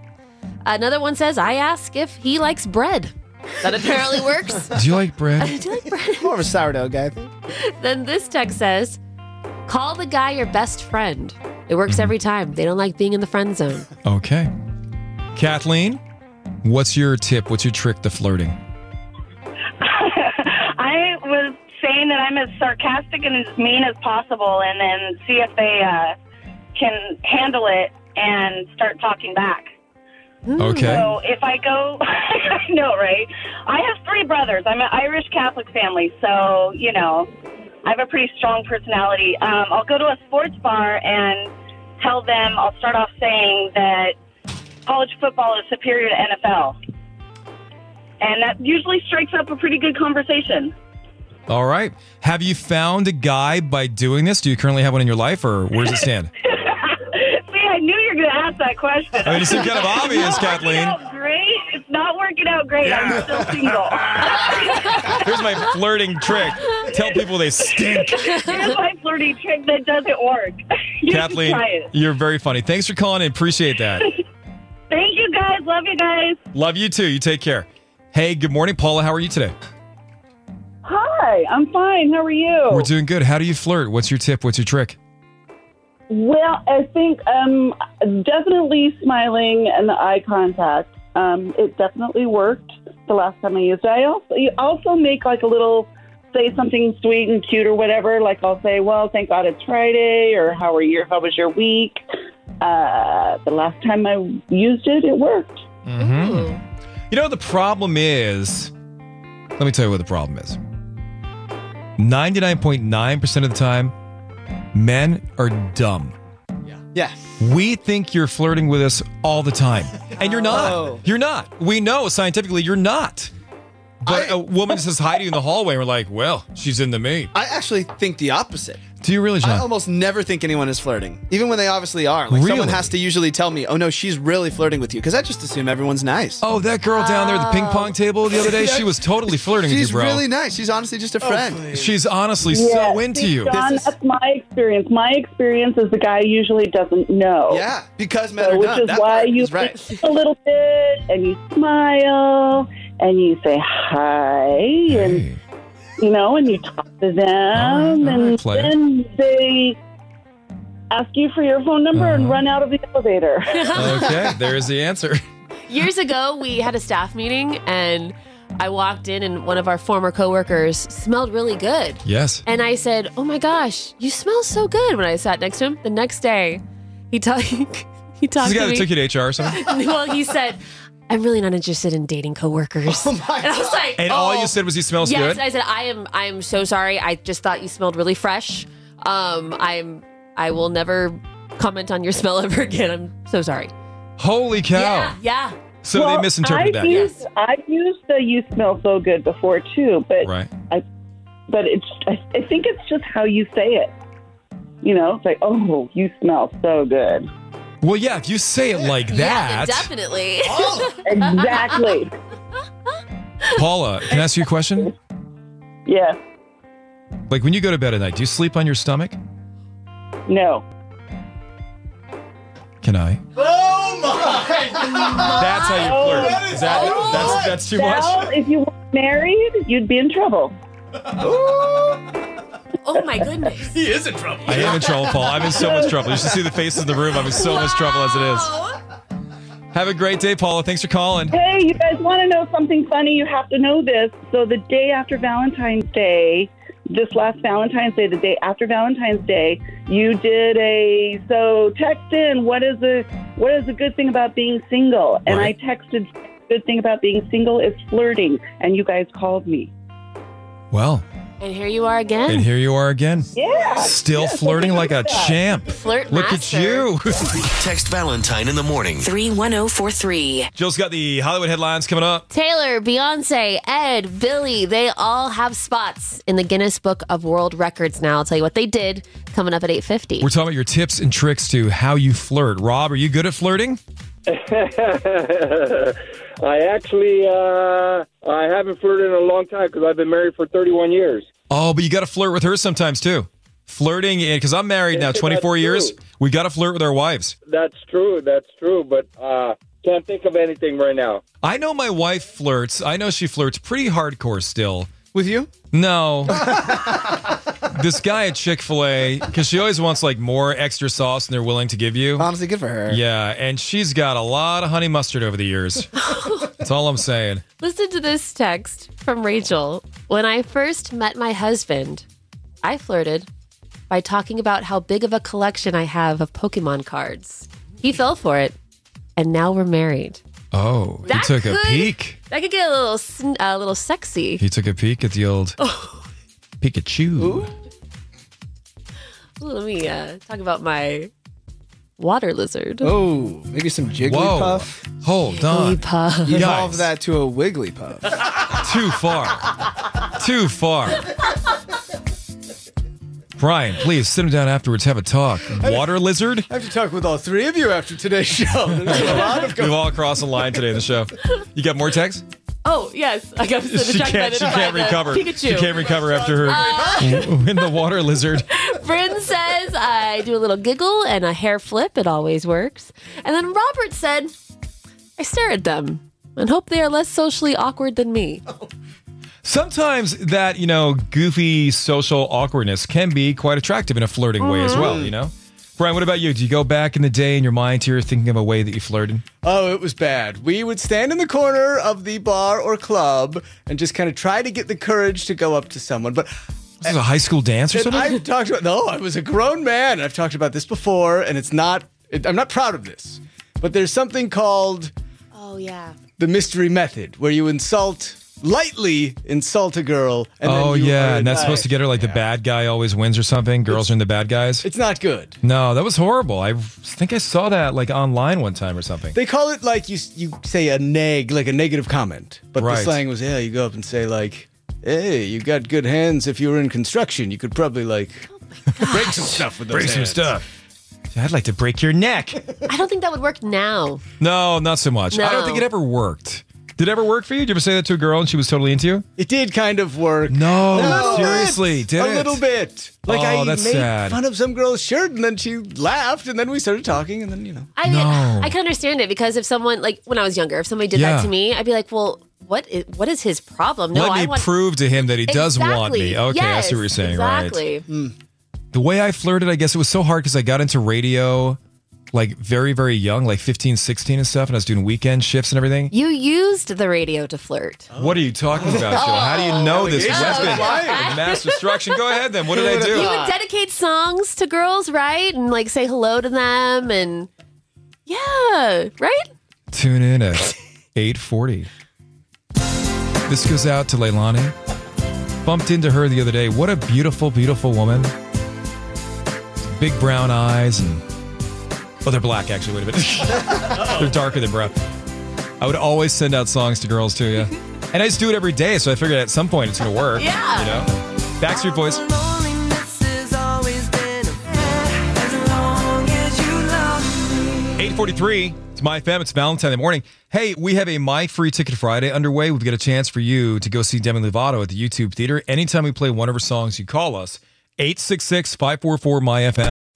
C: Another one says, "I ask if he likes bread." That apparently works.
B: Do you like bread?
C: Do you like bread?
A: More of a sourdough guy, I think.
C: Then this text says, "Call the guy your best friend." It works every time. They don't like being in the friend zone.
B: Okay. Kathleen, what's your tip? What's your trick to flirting?
U: I was saying that I'm as sarcastic and as mean as possible, and then see if they uh, can handle it and start talking back.
B: Okay.
U: So if I go, I know, right? I have three brothers. I'm an Irish Catholic family, so you know, I have a pretty strong personality. Um, I'll go to a sports bar and tell them. I'll start off saying that college football is superior to NFL, and that usually strikes up a pretty good conversation.
B: All right. Have you found a guy by doing this? Do you currently have one in your life, or where's it stand?
U: See, I knew you were going to ask that question.
B: I mean, it seemed kind of obvious,
U: It's not working
B: Kathleen.
U: out great. It's not working out great. I'm still single.
B: Here's my flirting trick. Tell people they stink.
U: Here's my flirty trick that doesn't work. You should
B: Kathleen,
U: try it.
B: you're very funny. Thanks for calling in. Appreciate that.
U: Thank you guys. Love you guys.
B: Love you too. You take care. Hey, good morning, Paula. How are you today?
V: Hi, I'm fine. How
U: Oh.
V: are you?
B: We're doing good. How do you flirt? What's your tip? What's your trick?
V: well, I think um, definitely smiling and the eye contact. Um, it definitely worked the last time I used it. I also you also make like a little say something sweet and cute or whatever. Like I'll say, "Well, thank God it's Friday," or "How are your How was your week?" Uh, the last time I used it, it worked.
B: Mm-hmm. You know, the problem is let me tell you what the problem is 99.9% of the time, men are dumb.
A: Yeah.
B: We think you're flirting with us all the time, and you're not.
A: Oh.
B: You're not. We know scientifically you're not. But a woman says hi to you in the hallway, and we're like, well, she's into me.
A: I actually think the opposite.
B: Do you really,
A: I
B: John?
A: almost never think anyone is flirting, even when they obviously are. Like someone
B: Really?
A: has to usually tell me, "Oh no, she's really flirting with you," because I just assume everyone's nice.
B: Oh, that girl down there at the ping pong table the other day, she was totally flirting with
A: She's
B: you, bro.
A: really nice. She's honestly just a
C: Oh,
A: friend.
B: she's honestly
V: Yeah,
B: so into
V: see,
B: you.
V: John, that's my experience. My experience is the guy usually doesn't
L: Oh.
V: know.
A: Yeah, because men
V: So,
A: are
V: which
A: dumb.
V: is
A: That
V: why
A: part
V: you
A: is right.
V: think a little bit and you smile and you say hi and you know and you talk to them and
B: player.
V: then they ask you for your phone number
B: Uh-huh.
V: and run out of the elevator.
B: okay, there's the answer.
C: Years ago, we had a staff meeting, and I walked in, and one of our former coworkers smelled really good.
B: Yes.
C: And I said, "Oh my gosh, you smell so good!" When I sat next to him, the next day, he talked. He
B: This
C: talked
B: is the guy that
C: to me.
B: took you to HR or something?
C: well, he said, "I'm really not interested in dating coworkers." Oh my and I was like,
B: And
C: oh.
B: all you said was he smells
C: yes,
B: good?
C: I said, I am. I am so sorry. I just thought you smelled really fresh. Um, I'm. I will never comment on your smell ever again. I'm so sorry.
B: Holy cow.
C: Yeah.
B: So
V: Well,
B: they misinterpreted
V: I've
B: that.
V: Used, I've used the "you smell so good" before too, but
B: Right.
V: I, but it's I, I think it's just how you say it. You know, it's like, "Oh, you smell so good."
B: Well, yeah, if you say it like
C: Yeah,
B: that,
C: definitely.
V: exactly.
B: Paula, can I ask you a question?
V: Yeah.
B: Like when you go to bed at night, do you sleep on your stomach?
V: No.
B: Can I?
V: Oh my!
B: That's how you flirt. Is that-
C: Oh
B: that's- that's too much?
V: If you were married, you'd be in trouble.
C: Oh my goodness.
V: he is in trouble.
B: I am in trouble, Paul. I'm in so much trouble. You should see the faces in the room. I'm in so much trouble as it is. Have a great day, Paula. Thanks for calling.
V: Hey, you guys want to know something funny? You have to know this. So, the day after Valentine's Day, this last Valentine's Day, the day after Valentine's Day, you did a so text in what is a what is a good thing about being single? And I texted good thing about being single is flirting, and you guys called me.
B: Well,
C: And here you are again.
B: and here you are again.
V: Yeah.
B: Still flirting like a champ.
C: Flirt
B: Look
C: master.
B: at you.
Q: Text Valentine in the morning.
C: 31043.
B: Jill's got the Hollywood headlines coming up.
C: Taylor, Beyonce, Ed, Billy, they all have spots in the Guinness Book of World Records now. I'll tell you what they did coming up at 850.
B: We're talking about your tips and tricks to how you flirt. Rob, are you good at flirting?
L: I actually uh, I haven't flirted in a long time because I've been married for 31 years.
B: Oh, but you got to flirt with her sometimes too. Flirting, because I'm married now,
L: That's
B: 24 years.
L: true.
B: We got to flirt with our wives.
L: That's true. That's true. But uh, can't think of anything right now.
B: I know my wife flirts. I know she flirts pretty hardcore still.
A: With you?
B: No. this guy at Chick fil A, because she always wants like more extra sauce than they're willing to give you.
A: Honestly, good for her.
B: Yeah, and she's got a lot of honey mustard over the years. That's all I'm saying.
C: Listen to this text from Rachel. When I first met my husband, I flirted by talking about how big of a collection I have of Pokemon cards. He fell for it, and now we're married.
B: Oh,
C: That
B: he took a
C: could-
B: peek.
C: That could get a little, sn- a little sexy.
B: He took a peek at the old
L: Oh.
B: Pikachu.
C: Ooh, let me uh, talk about my water lizard.
A: Oh, maybe some Jigglypuff.
B: Whoa. Hold on.
C: Jigglypuff.
A: Evolve that to a Wigglypuff.
B: Too far. Too far. Brian, please sit him down afterwards, have a talk. Water lizard?
D: I have to talk with all three of you after today's show. There's a lot of
B: We've all crossed the line today in the show. You got more text?
C: Oh, yes. I got to
B: She
C: check that
B: can't,
C: in
B: she
C: by
B: can't
C: the
B: recover.
C: Pikachu.
B: She
C: Uh.
B: can't recover after her win the water lizard.
C: Bryn says, I do a little giggle and a hair flip. It always works. And then Robert said, I stare at them and hope they are less socially awkward than me.
B: Sometimes that, you know, goofy social awkwardness can be quite attractive in a flirting way as
C: Mm-hmm.
B: well, you know? Brian, what about you? Do you go back in the day in your mind here thinking of a way that you flirted?
D: Oh, it was bad. We would stand in the corner of the bar or club and just kind of try to get the courage to go up to someone. But
B: This is a high school dance or
D: and
B: something?
D: I've talked about no, I was a grown man. I've talked about this before, and it's not. It, I'm not proud of this, but there's something called
C: Oh, yeah.
D: the mystery method, where you insult lightly, insult a girl, and
B: oh
D: then you
B: yeah,
D: are
B: and that's
D: advised.
B: supposed to get her like the bad guy always wins or something. Girls are in the bad guys.
D: It's not good.
B: No, that was horrible. I think I saw that like online one time or something.
D: They call it like you you say a neg, like a negative comment. But
B: Right.
D: the slang was, yeah, you go up and say like, "Hey, you got good hands. If you were in construction, you could probably like
C: Oh,
D: break some stuff with those
B: Break some
D: hands."
B: stuff. I'd like to break your neck.
C: I don't think that would work now.
B: No, not so much. I don't
C: No.
B: think it ever worked. Did it ever work for you? Did you ever say that to a girl and she was totally into you?
D: It did kind of work. A
B: No,
D: little
B: Oh, seriously,
D: bit.
B: did
D: a
B: it?
D: little bit. Like
B: Oh,
D: I
B: that's
D: made
B: sad.
D: fun of some girl's shirt, and then she laughed, and then we started talking, and then you know.
C: I
B: No.
C: I can understand it because if someone, like when I was younger, if somebody did
B: Yeah.
C: that to me, I'd be like, well, what is, what is his problem?
B: Let
C: I
B: me prove to him that he does want
C: Exactly.
B: me. Okay, I see what you're
C: Yes,
B: saying. Right.
C: Exactly.
B: The way I flirted, I guess it was so hard because I got into radio like very, very young, like 15, 16 and stuff, and I was doing weekend shifts and everything.
C: You used the radio to flirt.
B: What are you talking about, Jill? How do you know this
C: Allegations
B: weapon?
C: of lying.
B: of Mass destruction. Go ahead then. What did I do?
C: You would dedicate songs to girls, right? And like say hello to them and yeah, right?
B: Tune in at 840. This goes out to Leilani. Bumped into her the other day. What a beautiful, beautiful woman. Big brown eyes and oh, they're black actually. Wait a minute. they're darker than brown. I would always send out songs to girls too, yeah. and I just do it every day, so I figured at some point it's gonna work.
K: Yeah.
B: You know? Backstreet Boys.
K: Loneliness has always been a fact, as long as you love me.
B: 843. It's my fam. It's Valentine's Day morning. Hey, we have a My Free Ticket Friday underway. We've got a chance for you to go see Demi Lovato at the YouTube Theater. Anytime we play one of her songs, you call us 866 544 MyFM.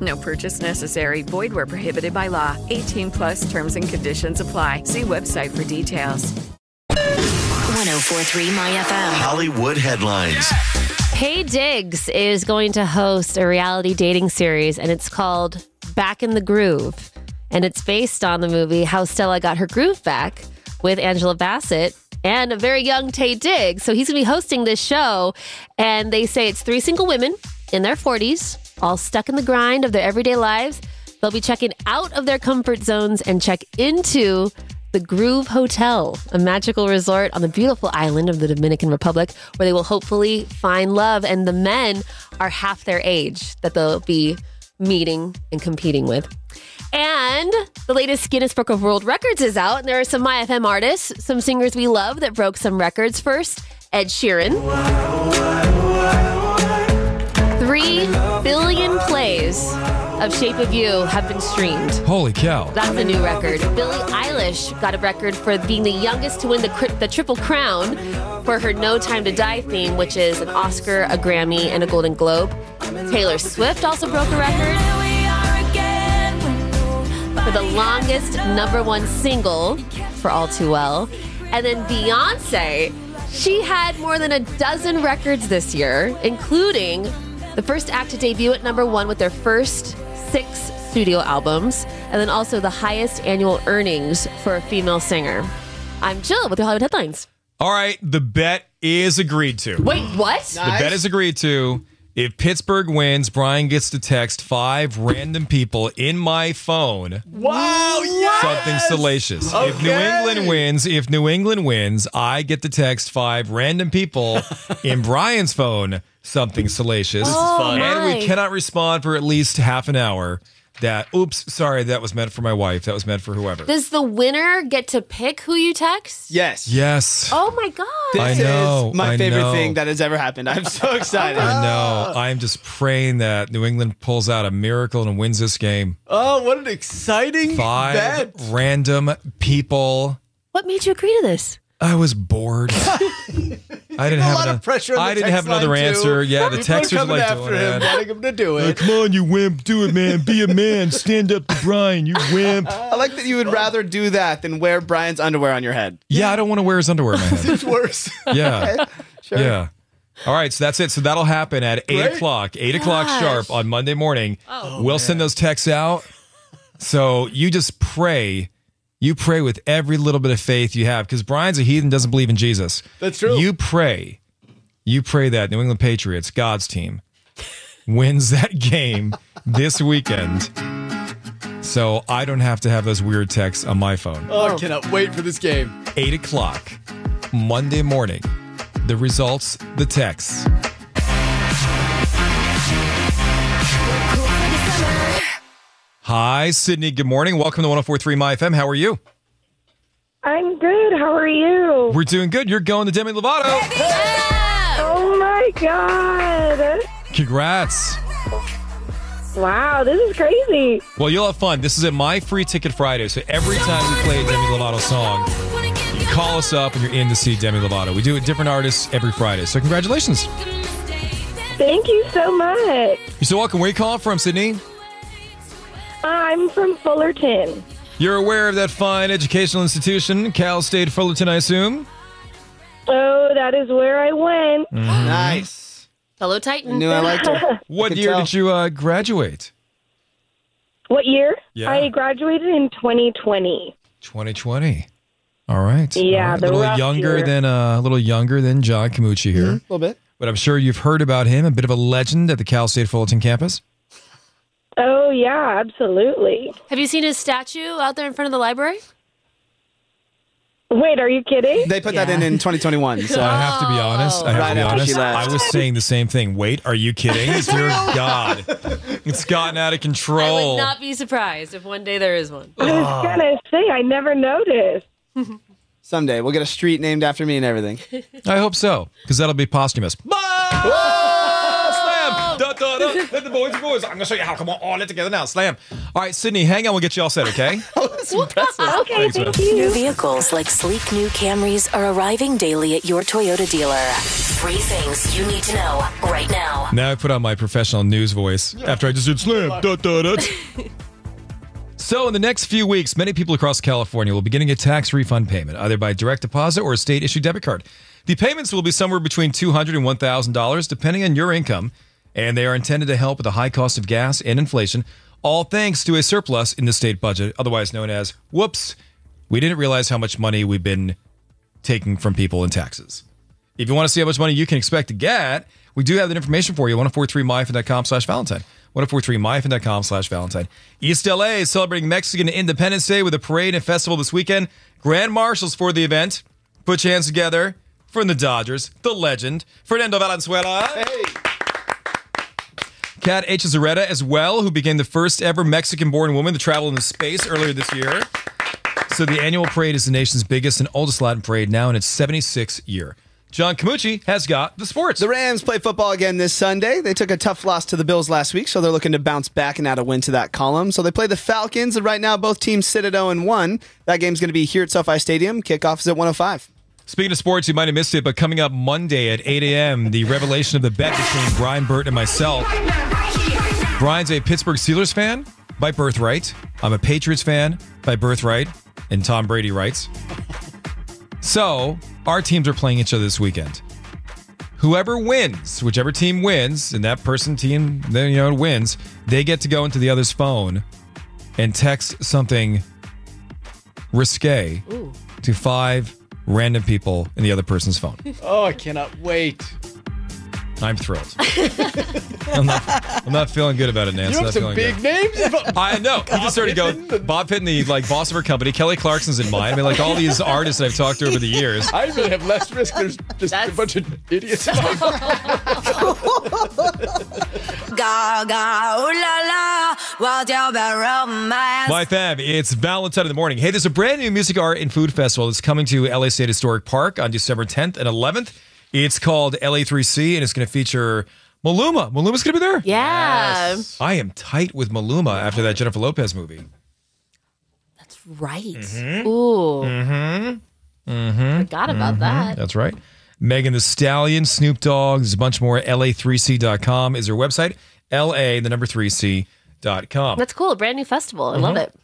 I: No purchase necessary. Void where prohibited by law. 18 plus terms and conditions apply. See website for details.
E: 1043 MyFM.
J: Hollywood headlines.
C: Hey Diggs is going to host a reality dating series, and it's called Back in the Groove. And it's based on the movie How Stella Got Her Groove Back with Angela Bassett and a very young Tay Diggs. So he's going to be hosting this show. And they say it's three single women in their 40s, all stuck in the grind of their everyday lives. They'll be checking out of their comfort zones and check into the Groove Hotel, a magical resort on the beautiful island of the Dominican Republic, where they will hopefully find love. And the men are half their age that they'll be meeting and competing with. And the latest Guinness Book of World Records is out, and there are some MyFM artists, some singers we love that broke some records. First, Ed Sheeran. Three billion plays of Shape of You have been streamed.
B: Holy cow.
C: That's a new record. Billie Eilish got a record for being the youngest to win the, cri- the Triple Crown for her No Time to Die theme, which is an Oscar, a Grammy, and a Golden Globe. Taylor Swift also broke a record for the longest number one single for All Too Well. And then Beyonce, she had more than a dozen records this year, including the first act to debut at number one with their first six studio albums, and then also the highest annual earnings for a female singer. I'm Jill with your Hollywood headlines.
B: All right, the bet is agreed to.
C: Wait, what?
B: The bet is agreed to. If Pittsburgh wins, Brian gets to text five random people in my phone.
A: Wow, yes!
B: Something salacious. If New England wins, if New England wins, I get to text five random people in Brian's phone. Something salacious.
C: This is fun. Oh,
B: And
C: my.
B: we cannot respond for at least half an hour. That oops, sorry, that was meant for my wife. That was meant for whoever.
C: Does the winner get to pick who you text?
A: Yes.
B: Yes.
C: Oh my God.
B: I
A: This
B: know,
A: is my
B: I
A: favorite
B: know.
A: thing that has ever happened. I'm so excited.
B: I know. I'm just praying that New England pulls out a miracle and wins this game.
A: Oh, what an exciting
B: Five
A: bet.
B: random people.
C: What made you agree to this?
B: I was bored. I didn't have
A: lot of
B: ano-
A: pressure on
B: I
A: the
B: didn't have
A: text
B: another
A: line, too.
B: answer. Yeah, the
A: People are
B: texters
A: coming
B: like
A: after
B: doing
A: him,
B: that.
A: wanting him to do it.
B: come on, you wimp! Do it, man. Be a man. Stand up to Brian. You wimp.
A: I like that you would rather do that than wear Brian's underwear on your head.
B: Yeah, I don't want to wear his underwear, man.
A: It's worse.
B: Yeah.
A: Okay, Sure.
B: Yeah. All right, so that's it. So that'll happen at eight
A: Great.
B: o'clock, eight o'clock
C: Gosh.
B: sharp on Monday morning.
C: Oh.
B: we'll send those texts out. So you just pray, you pray with every little bit of faith you have, because Brian's a heathen, doesn't believe in Jesus.
A: That's true.
B: You pray, you pray that New England Patriots, God's team, wins that game this weekend. So I don't have to have those weird texts on my phone
A: Oh, I cannot wait for this game.
B: 8 o'clock, Monday morning. The results, the texts. Hi, Sydney. Good morning. Welcome to 1043 MyFM. How are you?
W: I'm good. How are you?
B: We're doing good. You're going to Demi Lovato.
W: Oh my god.
B: Congrats.
W: Wow, this is crazy.
B: Well, you'll have fun. This is at My Free Ticket Friday. So every time we play a Demi Lovato song, you call us up and you're in to see Demi Lovato. We do it with different artists every Friday. So congratulations.
W: Thank you so much.
B: You're so welcome. Where you calling from, Sydney?
W: I'm from Fullerton.
B: You're aware of that fine educational institution, Cal State Fullerton, I assume?
W: Oh, that is where I went.
B: Mm-hmm.
A: Nice.
C: Hello, Titan.
A: Knew I liked her.
B: What
A: Could
B: year
A: tell.
B: did you uh, graduate?
W: What year?
B: Yeah.
W: I graduated in 2020.
B: 2020. All right.
W: Yeah,
B: All right.
W: the
B: a little
W: rough
B: younger
W: year.
B: than uh, a little younger than John Camucci here,
A: Mm-hmm. A little bit.
B: but I'm sure you've heard about him. A bit of a legend at the Cal State Fullerton campus.
W: Oh, yeah, absolutely.
C: Have you seen his statue out there in front of the library?
W: Wait, are you kidding?
A: They put that in in 2021. So
B: So I have to be honest. I
A: Oh.
B: have
A: right
B: to be
A: after
B: honest.
A: she left.
B: I was saying the same thing. Wait, are you kidding? Dear God, it's gotten out of
C: I would
B: control.
C: not be surprised if one day there is one.
W: I was gonna say I never noticed.
A: Someday we'll get a street named after me and everything.
B: I hope so, because that'll be posthumous. Slam! Da, da, da. Let the boys be boys. I'm gonna show you how. Come on, all it together now. Slam. All right, Sydney, hang on. We'll get you all set. Okay.
E: Okay,
B: Thanks, thank man.
E: New vehicles like sleek new Camrys are arriving daily at your Toyota dealer. Three things you need to know right now.
B: Now I put on my professional news voice after I just did slam. Da, da, da. so, in the next few weeks, many people across California will be getting a tax refund payment, either by direct deposit or a state issued debit card. The payments will be somewhere between $200 and $1,000, depending on your income, and they are intended to help with the high cost of gas and inflation, all thanks to a surplus in the state budget, otherwise known as whoops, we didn't realize how much money we've been taking from people in taxes. If you want to see how much money you can expect to get, we do have that information for you. 1043myfin.com slash Valentine. 1043myfin.com slash Valentine. East LA is celebrating Mexican Independence Day with a parade and festival this weekend. Grand Marshals for the event. Put your hands together for the Dodgers, the legend, Fernando Valenzuela. Kat H. Zaretta as well, who became the first ever Mexican born woman to travel into space earlier this year. So the annual parade is the nation's biggest and oldest Latin parade now in its 76th year. John Camucci has got the sports.
A: The Rams play football again this Sunday. They took a tough loss to the Bills last week, so they're looking to bounce back and add a win to that column. So they play the Falcons, and right now both teams sit at 0 and 1. That game's going to be here at SoFi Stadium. Kickoff is at 105.
B: Speaking of sports, you might have missed it, but coming up Monday at 8 a.m., the revelation of the bet between Brian Burt and myself. Brian's a Pittsburgh Steelers fan by birthright. I'm a Patriots fan by birthright, and Tom Brady writes. So our teams are playing each other this weekend. Whoever wins, whichever team wins, and that person team then you know wins, they get to go into the other's phone and text something risque
A: Ooh.
B: to five random people in the other person's phone.
A: Oh, I cannot wait.
B: I'm thrilled. I'm, not, I'm not feeling good about it, Nance. Not feeling good.
A: names.
B: I know. You just started going. Bob Pitt, the like boss of her company, Kelly Clarkson's in mind. I mean, like all these artists that I've talked to over the years.
G: I really have less risk. There's just a bunch of idiots.
H: Gaga, ooh la la, wild your romance.
B: My fam, it's Valentine in the morning. Hey, there's a brand new music, art, and food festival that's coming to LA State Historic Park on December 10th and 11th. It's called LA3C, and it's going to feature Maluma. Maluma's going to be there.
C: Yeah.
B: I am tight with Maluma after that Jennifer Lopez movie.
C: Right.
B: Mhm.
C: Ooh.
B: Mm-hmm. Mm-hmm.
C: Forgot about that.
B: That's right. Megan the Stallion, Snoop Dogg, there's a bunch more. LA3C.com is their website. LA, the number 3C.com.
C: That's cool. A brand new festival. I love
B: Mhm.
C: it.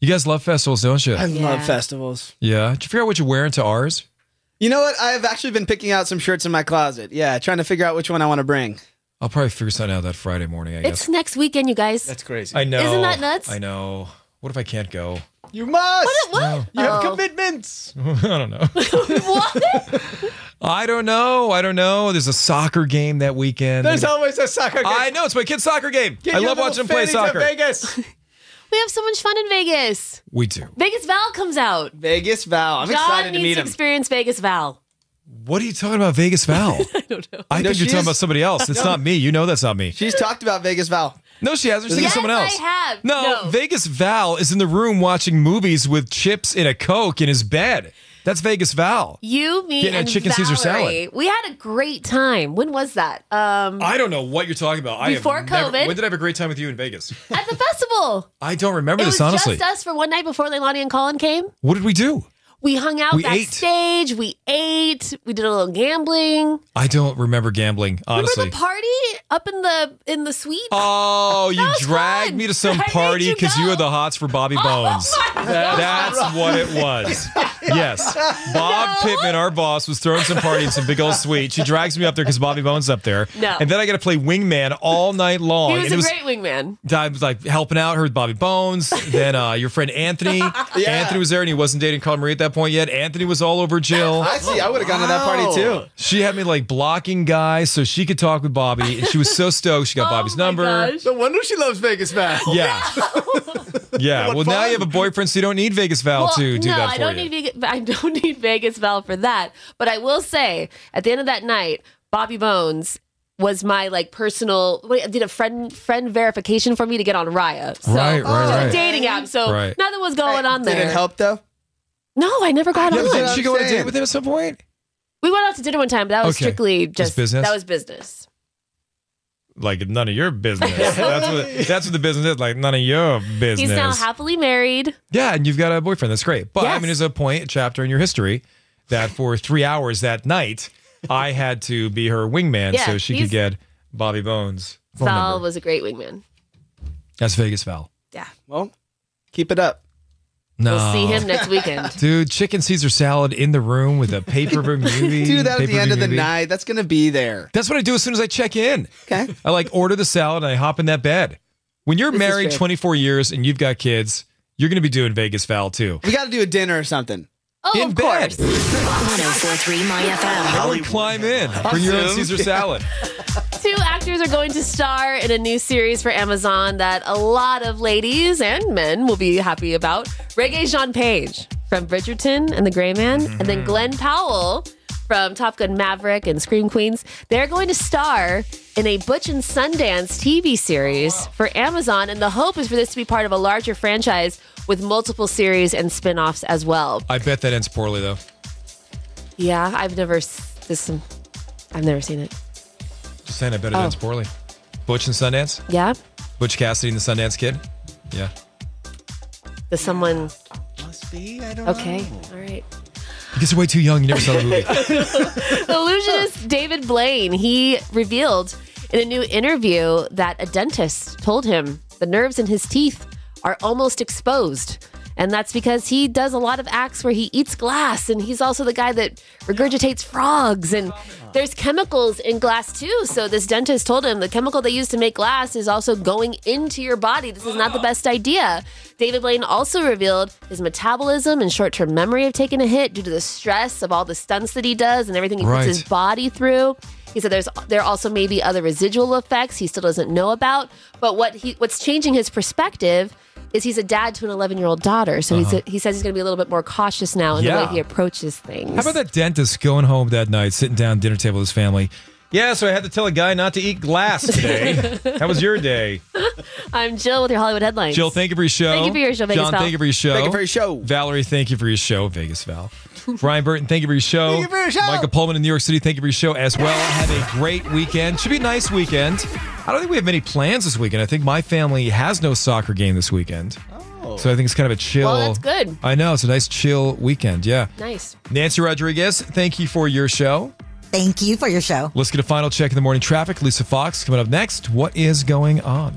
B: You guys love festivals, don't you?
A: I love
C: Yeah.
A: festivals.
B: Yeah. Did you figure out what you're wearing to ours?
A: You know what? I've actually been picking out some shirts in my closet. Yeah, trying to figure out which one I want to bring.
B: I'll probably figure something out that Friday morning, I guess.
C: It's next weekend, you guys.
A: That's crazy.
B: I know.
C: Isn't that nuts?
B: I know. What if I can't go?
A: You must.
C: What?
A: You have
C: Oh.
A: commitments.
B: I don't know. what? I don't know. I don't know. There's a soccer game that weekend.
G: There's always a soccer game.
B: Mm. I know. It's my kid's soccer game.
G: Get
B: I
G: your
B: love
G: little
B: watching him play
G: fanny to
B: soccer.
G: Vegas.
C: We have so much fun in Vegas.
B: We do.
C: Vegas Val comes out.
A: Vegas Val. I'm
C: John
A: excited
C: needs
A: to meet him.
C: experience Vegas Val.
B: What are you talking about, Vegas Val? I don't know. I
A: No,
B: think
A: she
B: you're talking
A: is-
B: about somebody else. It's
A: No.
B: not me. You know that's not me.
A: She's talked about Vegas Val.
B: No, she hasn't. She's
C: Yes,
B: thinking of someone
C: I
B: else.
C: have.
B: No,
C: No.
B: Vegas Val is in the room watching movies with chips and a Coke in his bed. That's Vegas Val.
C: You, me,
B: Getting a
C: and
B: chicken
C: Valerie.
B: Caesar
C: We had a great time. When was that? Um,
B: I don't know what you're talking about. I have
C: Before
B: never-
C: COVID?
B: when did I have a great time with you in Vegas?
C: at the festival.
B: I don't remember
C: it was
B: this honestly.
C: just us for one night before Leilani and Colin came.
B: What did we do?
C: We hung out
B: We ate.
C: backstage. We ate. We did a little gambling.
B: I don't remember gambling honestly.
C: Remember the party up in the in the suite?
B: Oh, you dragged me to some
C: I made
B: party
C: you
B: because you, were the hots for Bobby
C: Oh,
B: Bones. That's
G: God.
B: what it was. Yes. Bob Pittman, our boss, was throwing some party in some big old suite. She drags me up there because Bobby Bones is up there.
C: No.
B: And then I got to play wingman all night long.
C: he was
B: And
C: a
B: it was,
C: great wingman.
B: I was like helping out her with Bobby Bones. Then uh, your friend Anthony. Anthony was there and he wasn't dating Carl Marie at that point yet. Anthony was all over Jill.
A: I see. I would have gone to that party too.
B: She had me like blocking guys so she could talk with
C: Oh
B: Bobby. And she was so stoked. She got Bobby's number.
A: No wonder she loves Vegas Val.
B: Yeah. Yeah. Well, now you have a boyfriend, so you don't need Vegas Val
C: Well,
B: to do
C: no,
B: that for
C: I don't
B: you.
C: need Vegas, I don't need Vegas Val for that. But I will say, at the end of that night, Bobby Bones was my like personal. Wait, did a friend friend verification for me to get on Raya. So,
B: Right, right,
C: it was
B: right.
C: A dating app. So
B: Right.
C: nothing was going on
A: Did
C: there.
A: it help though?
C: No, I never got on.
B: Did she go on a date with him at some point?
C: We went out to dinner one time, but that was
B: Okay.
C: strictly
B: Just
C: just,
B: business?
C: That was business.
B: Like none of your business. that's what that's what the business is. Like none of your business.
C: He's now happily married.
B: Yeah, and you've got a boyfriend. That's great. But I mean, there's a point, a chapter in your history that for three hours that night, I had to be her wingman
C: Yeah,
B: so she could
C: he's-
B: get Bobby Bones. phone
C: Val
B: number.
C: was a great wingman.
B: That's Vegas Val.
C: Yeah.
A: Well, keep it up.
B: No.
C: We'll see him next weekend.
B: Dude, chicken Caesar salad in the room with a paper movie.
A: Do that at the end of the night. That's gonna be there.
B: That's what I do as soon as I check in.
A: Okay.
B: I like order the salad and I hop in that bed. When you're
A: This is
B: married
A: fair.
B: 24 years and you've got kids, you're going to be doing Vegas Val too.
A: We got to do a dinner or something.
C: Oh,
B: in bed.
E: 1043 My
B: Holly,
E: FM.
B: climb in. Bring your own
A: Awesome.
B: Caesar
A: Yeah.
B: salad.
C: Two actors are going to star in a new series for Amazon that a lot of ladies and men will be happy about. Reggae Jean Page from Bridgerton and The Gray Man, and then Glenn Powell from Top Gun Maverick and Scream Queens. They're going to star in a Butch and Sundance TV series for Amazon, and the hope is for this to be part of a larger franchise with multiple series and spin offs as well.
B: I bet that ends poorly though.
C: Yeah, I've never s- this. I've never seen it.
B: Just saying, I bet it
C: Oh.
B: ends poorly. Butch and Sundance?
C: Yeah,
B: Butch Cassidy and the Sundance Kid? Yeah.
C: does someone?
D: Must be. I don't
C: Okay, all right.
B: You guys are way too young. You never saw the movie.
C: Illusionist David Blaine, he revealed in a new interview that a dentist told him the nerves in his teeth are almost exposed. And that's because he does a lot of acts where he eats glass and he's also the guy that regurgitates frogs and there's chemicals in glass too. So this dentist told him the chemical they use to make glass is also going into your body. This is not the best idea. David Blaine also revealed his metabolism and short-term memory have taken a hit due to the stress of all the stunts that he does and everything he
J: Right.
C: puts his body through. He said there's there also may be other residual effects he still doesn't know about. But what he what's changing his perspective is he's a dad to an 11 year old daughter, so he's
B: Uh-huh.
C: a, he says he's going to be a little bit more cautious now in the
B: Yeah.
C: way he approaches things.
B: How about that dentist going home that night, sitting down dinner table with his family? Yeah, so I had to tell a guy not to eat glass today. How was your day?
C: I'm Jill with your Hollywood headlines.
B: Jill, thank you for your show.
C: Thank you for your show, Vegas
B: John,
C: Val.
B: thank you for your show.
A: Thank you for
B: your show. Valerie, thank you for your show, Vegas Val. Brian Burton, thank you for your show.
A: Thank you for your show.
B: Michael Pullman in New York City, thank you for your show as well. Have a great weekend. Should be a nice weekend. I don't think we have many plans this weekend. I think my family has no soccer game this weekend. Oh. So I think it's kind of a chill.
C: Well, that's good.
B: I know. It's a nice chill weekend. Yeah.
C: Nice.
B: Nancy Rodriguez, thank you for your show.
N: Thank you for your show.
B: Let's get a final check in the morning traffic. Lisa Fox coming up next. What is going on?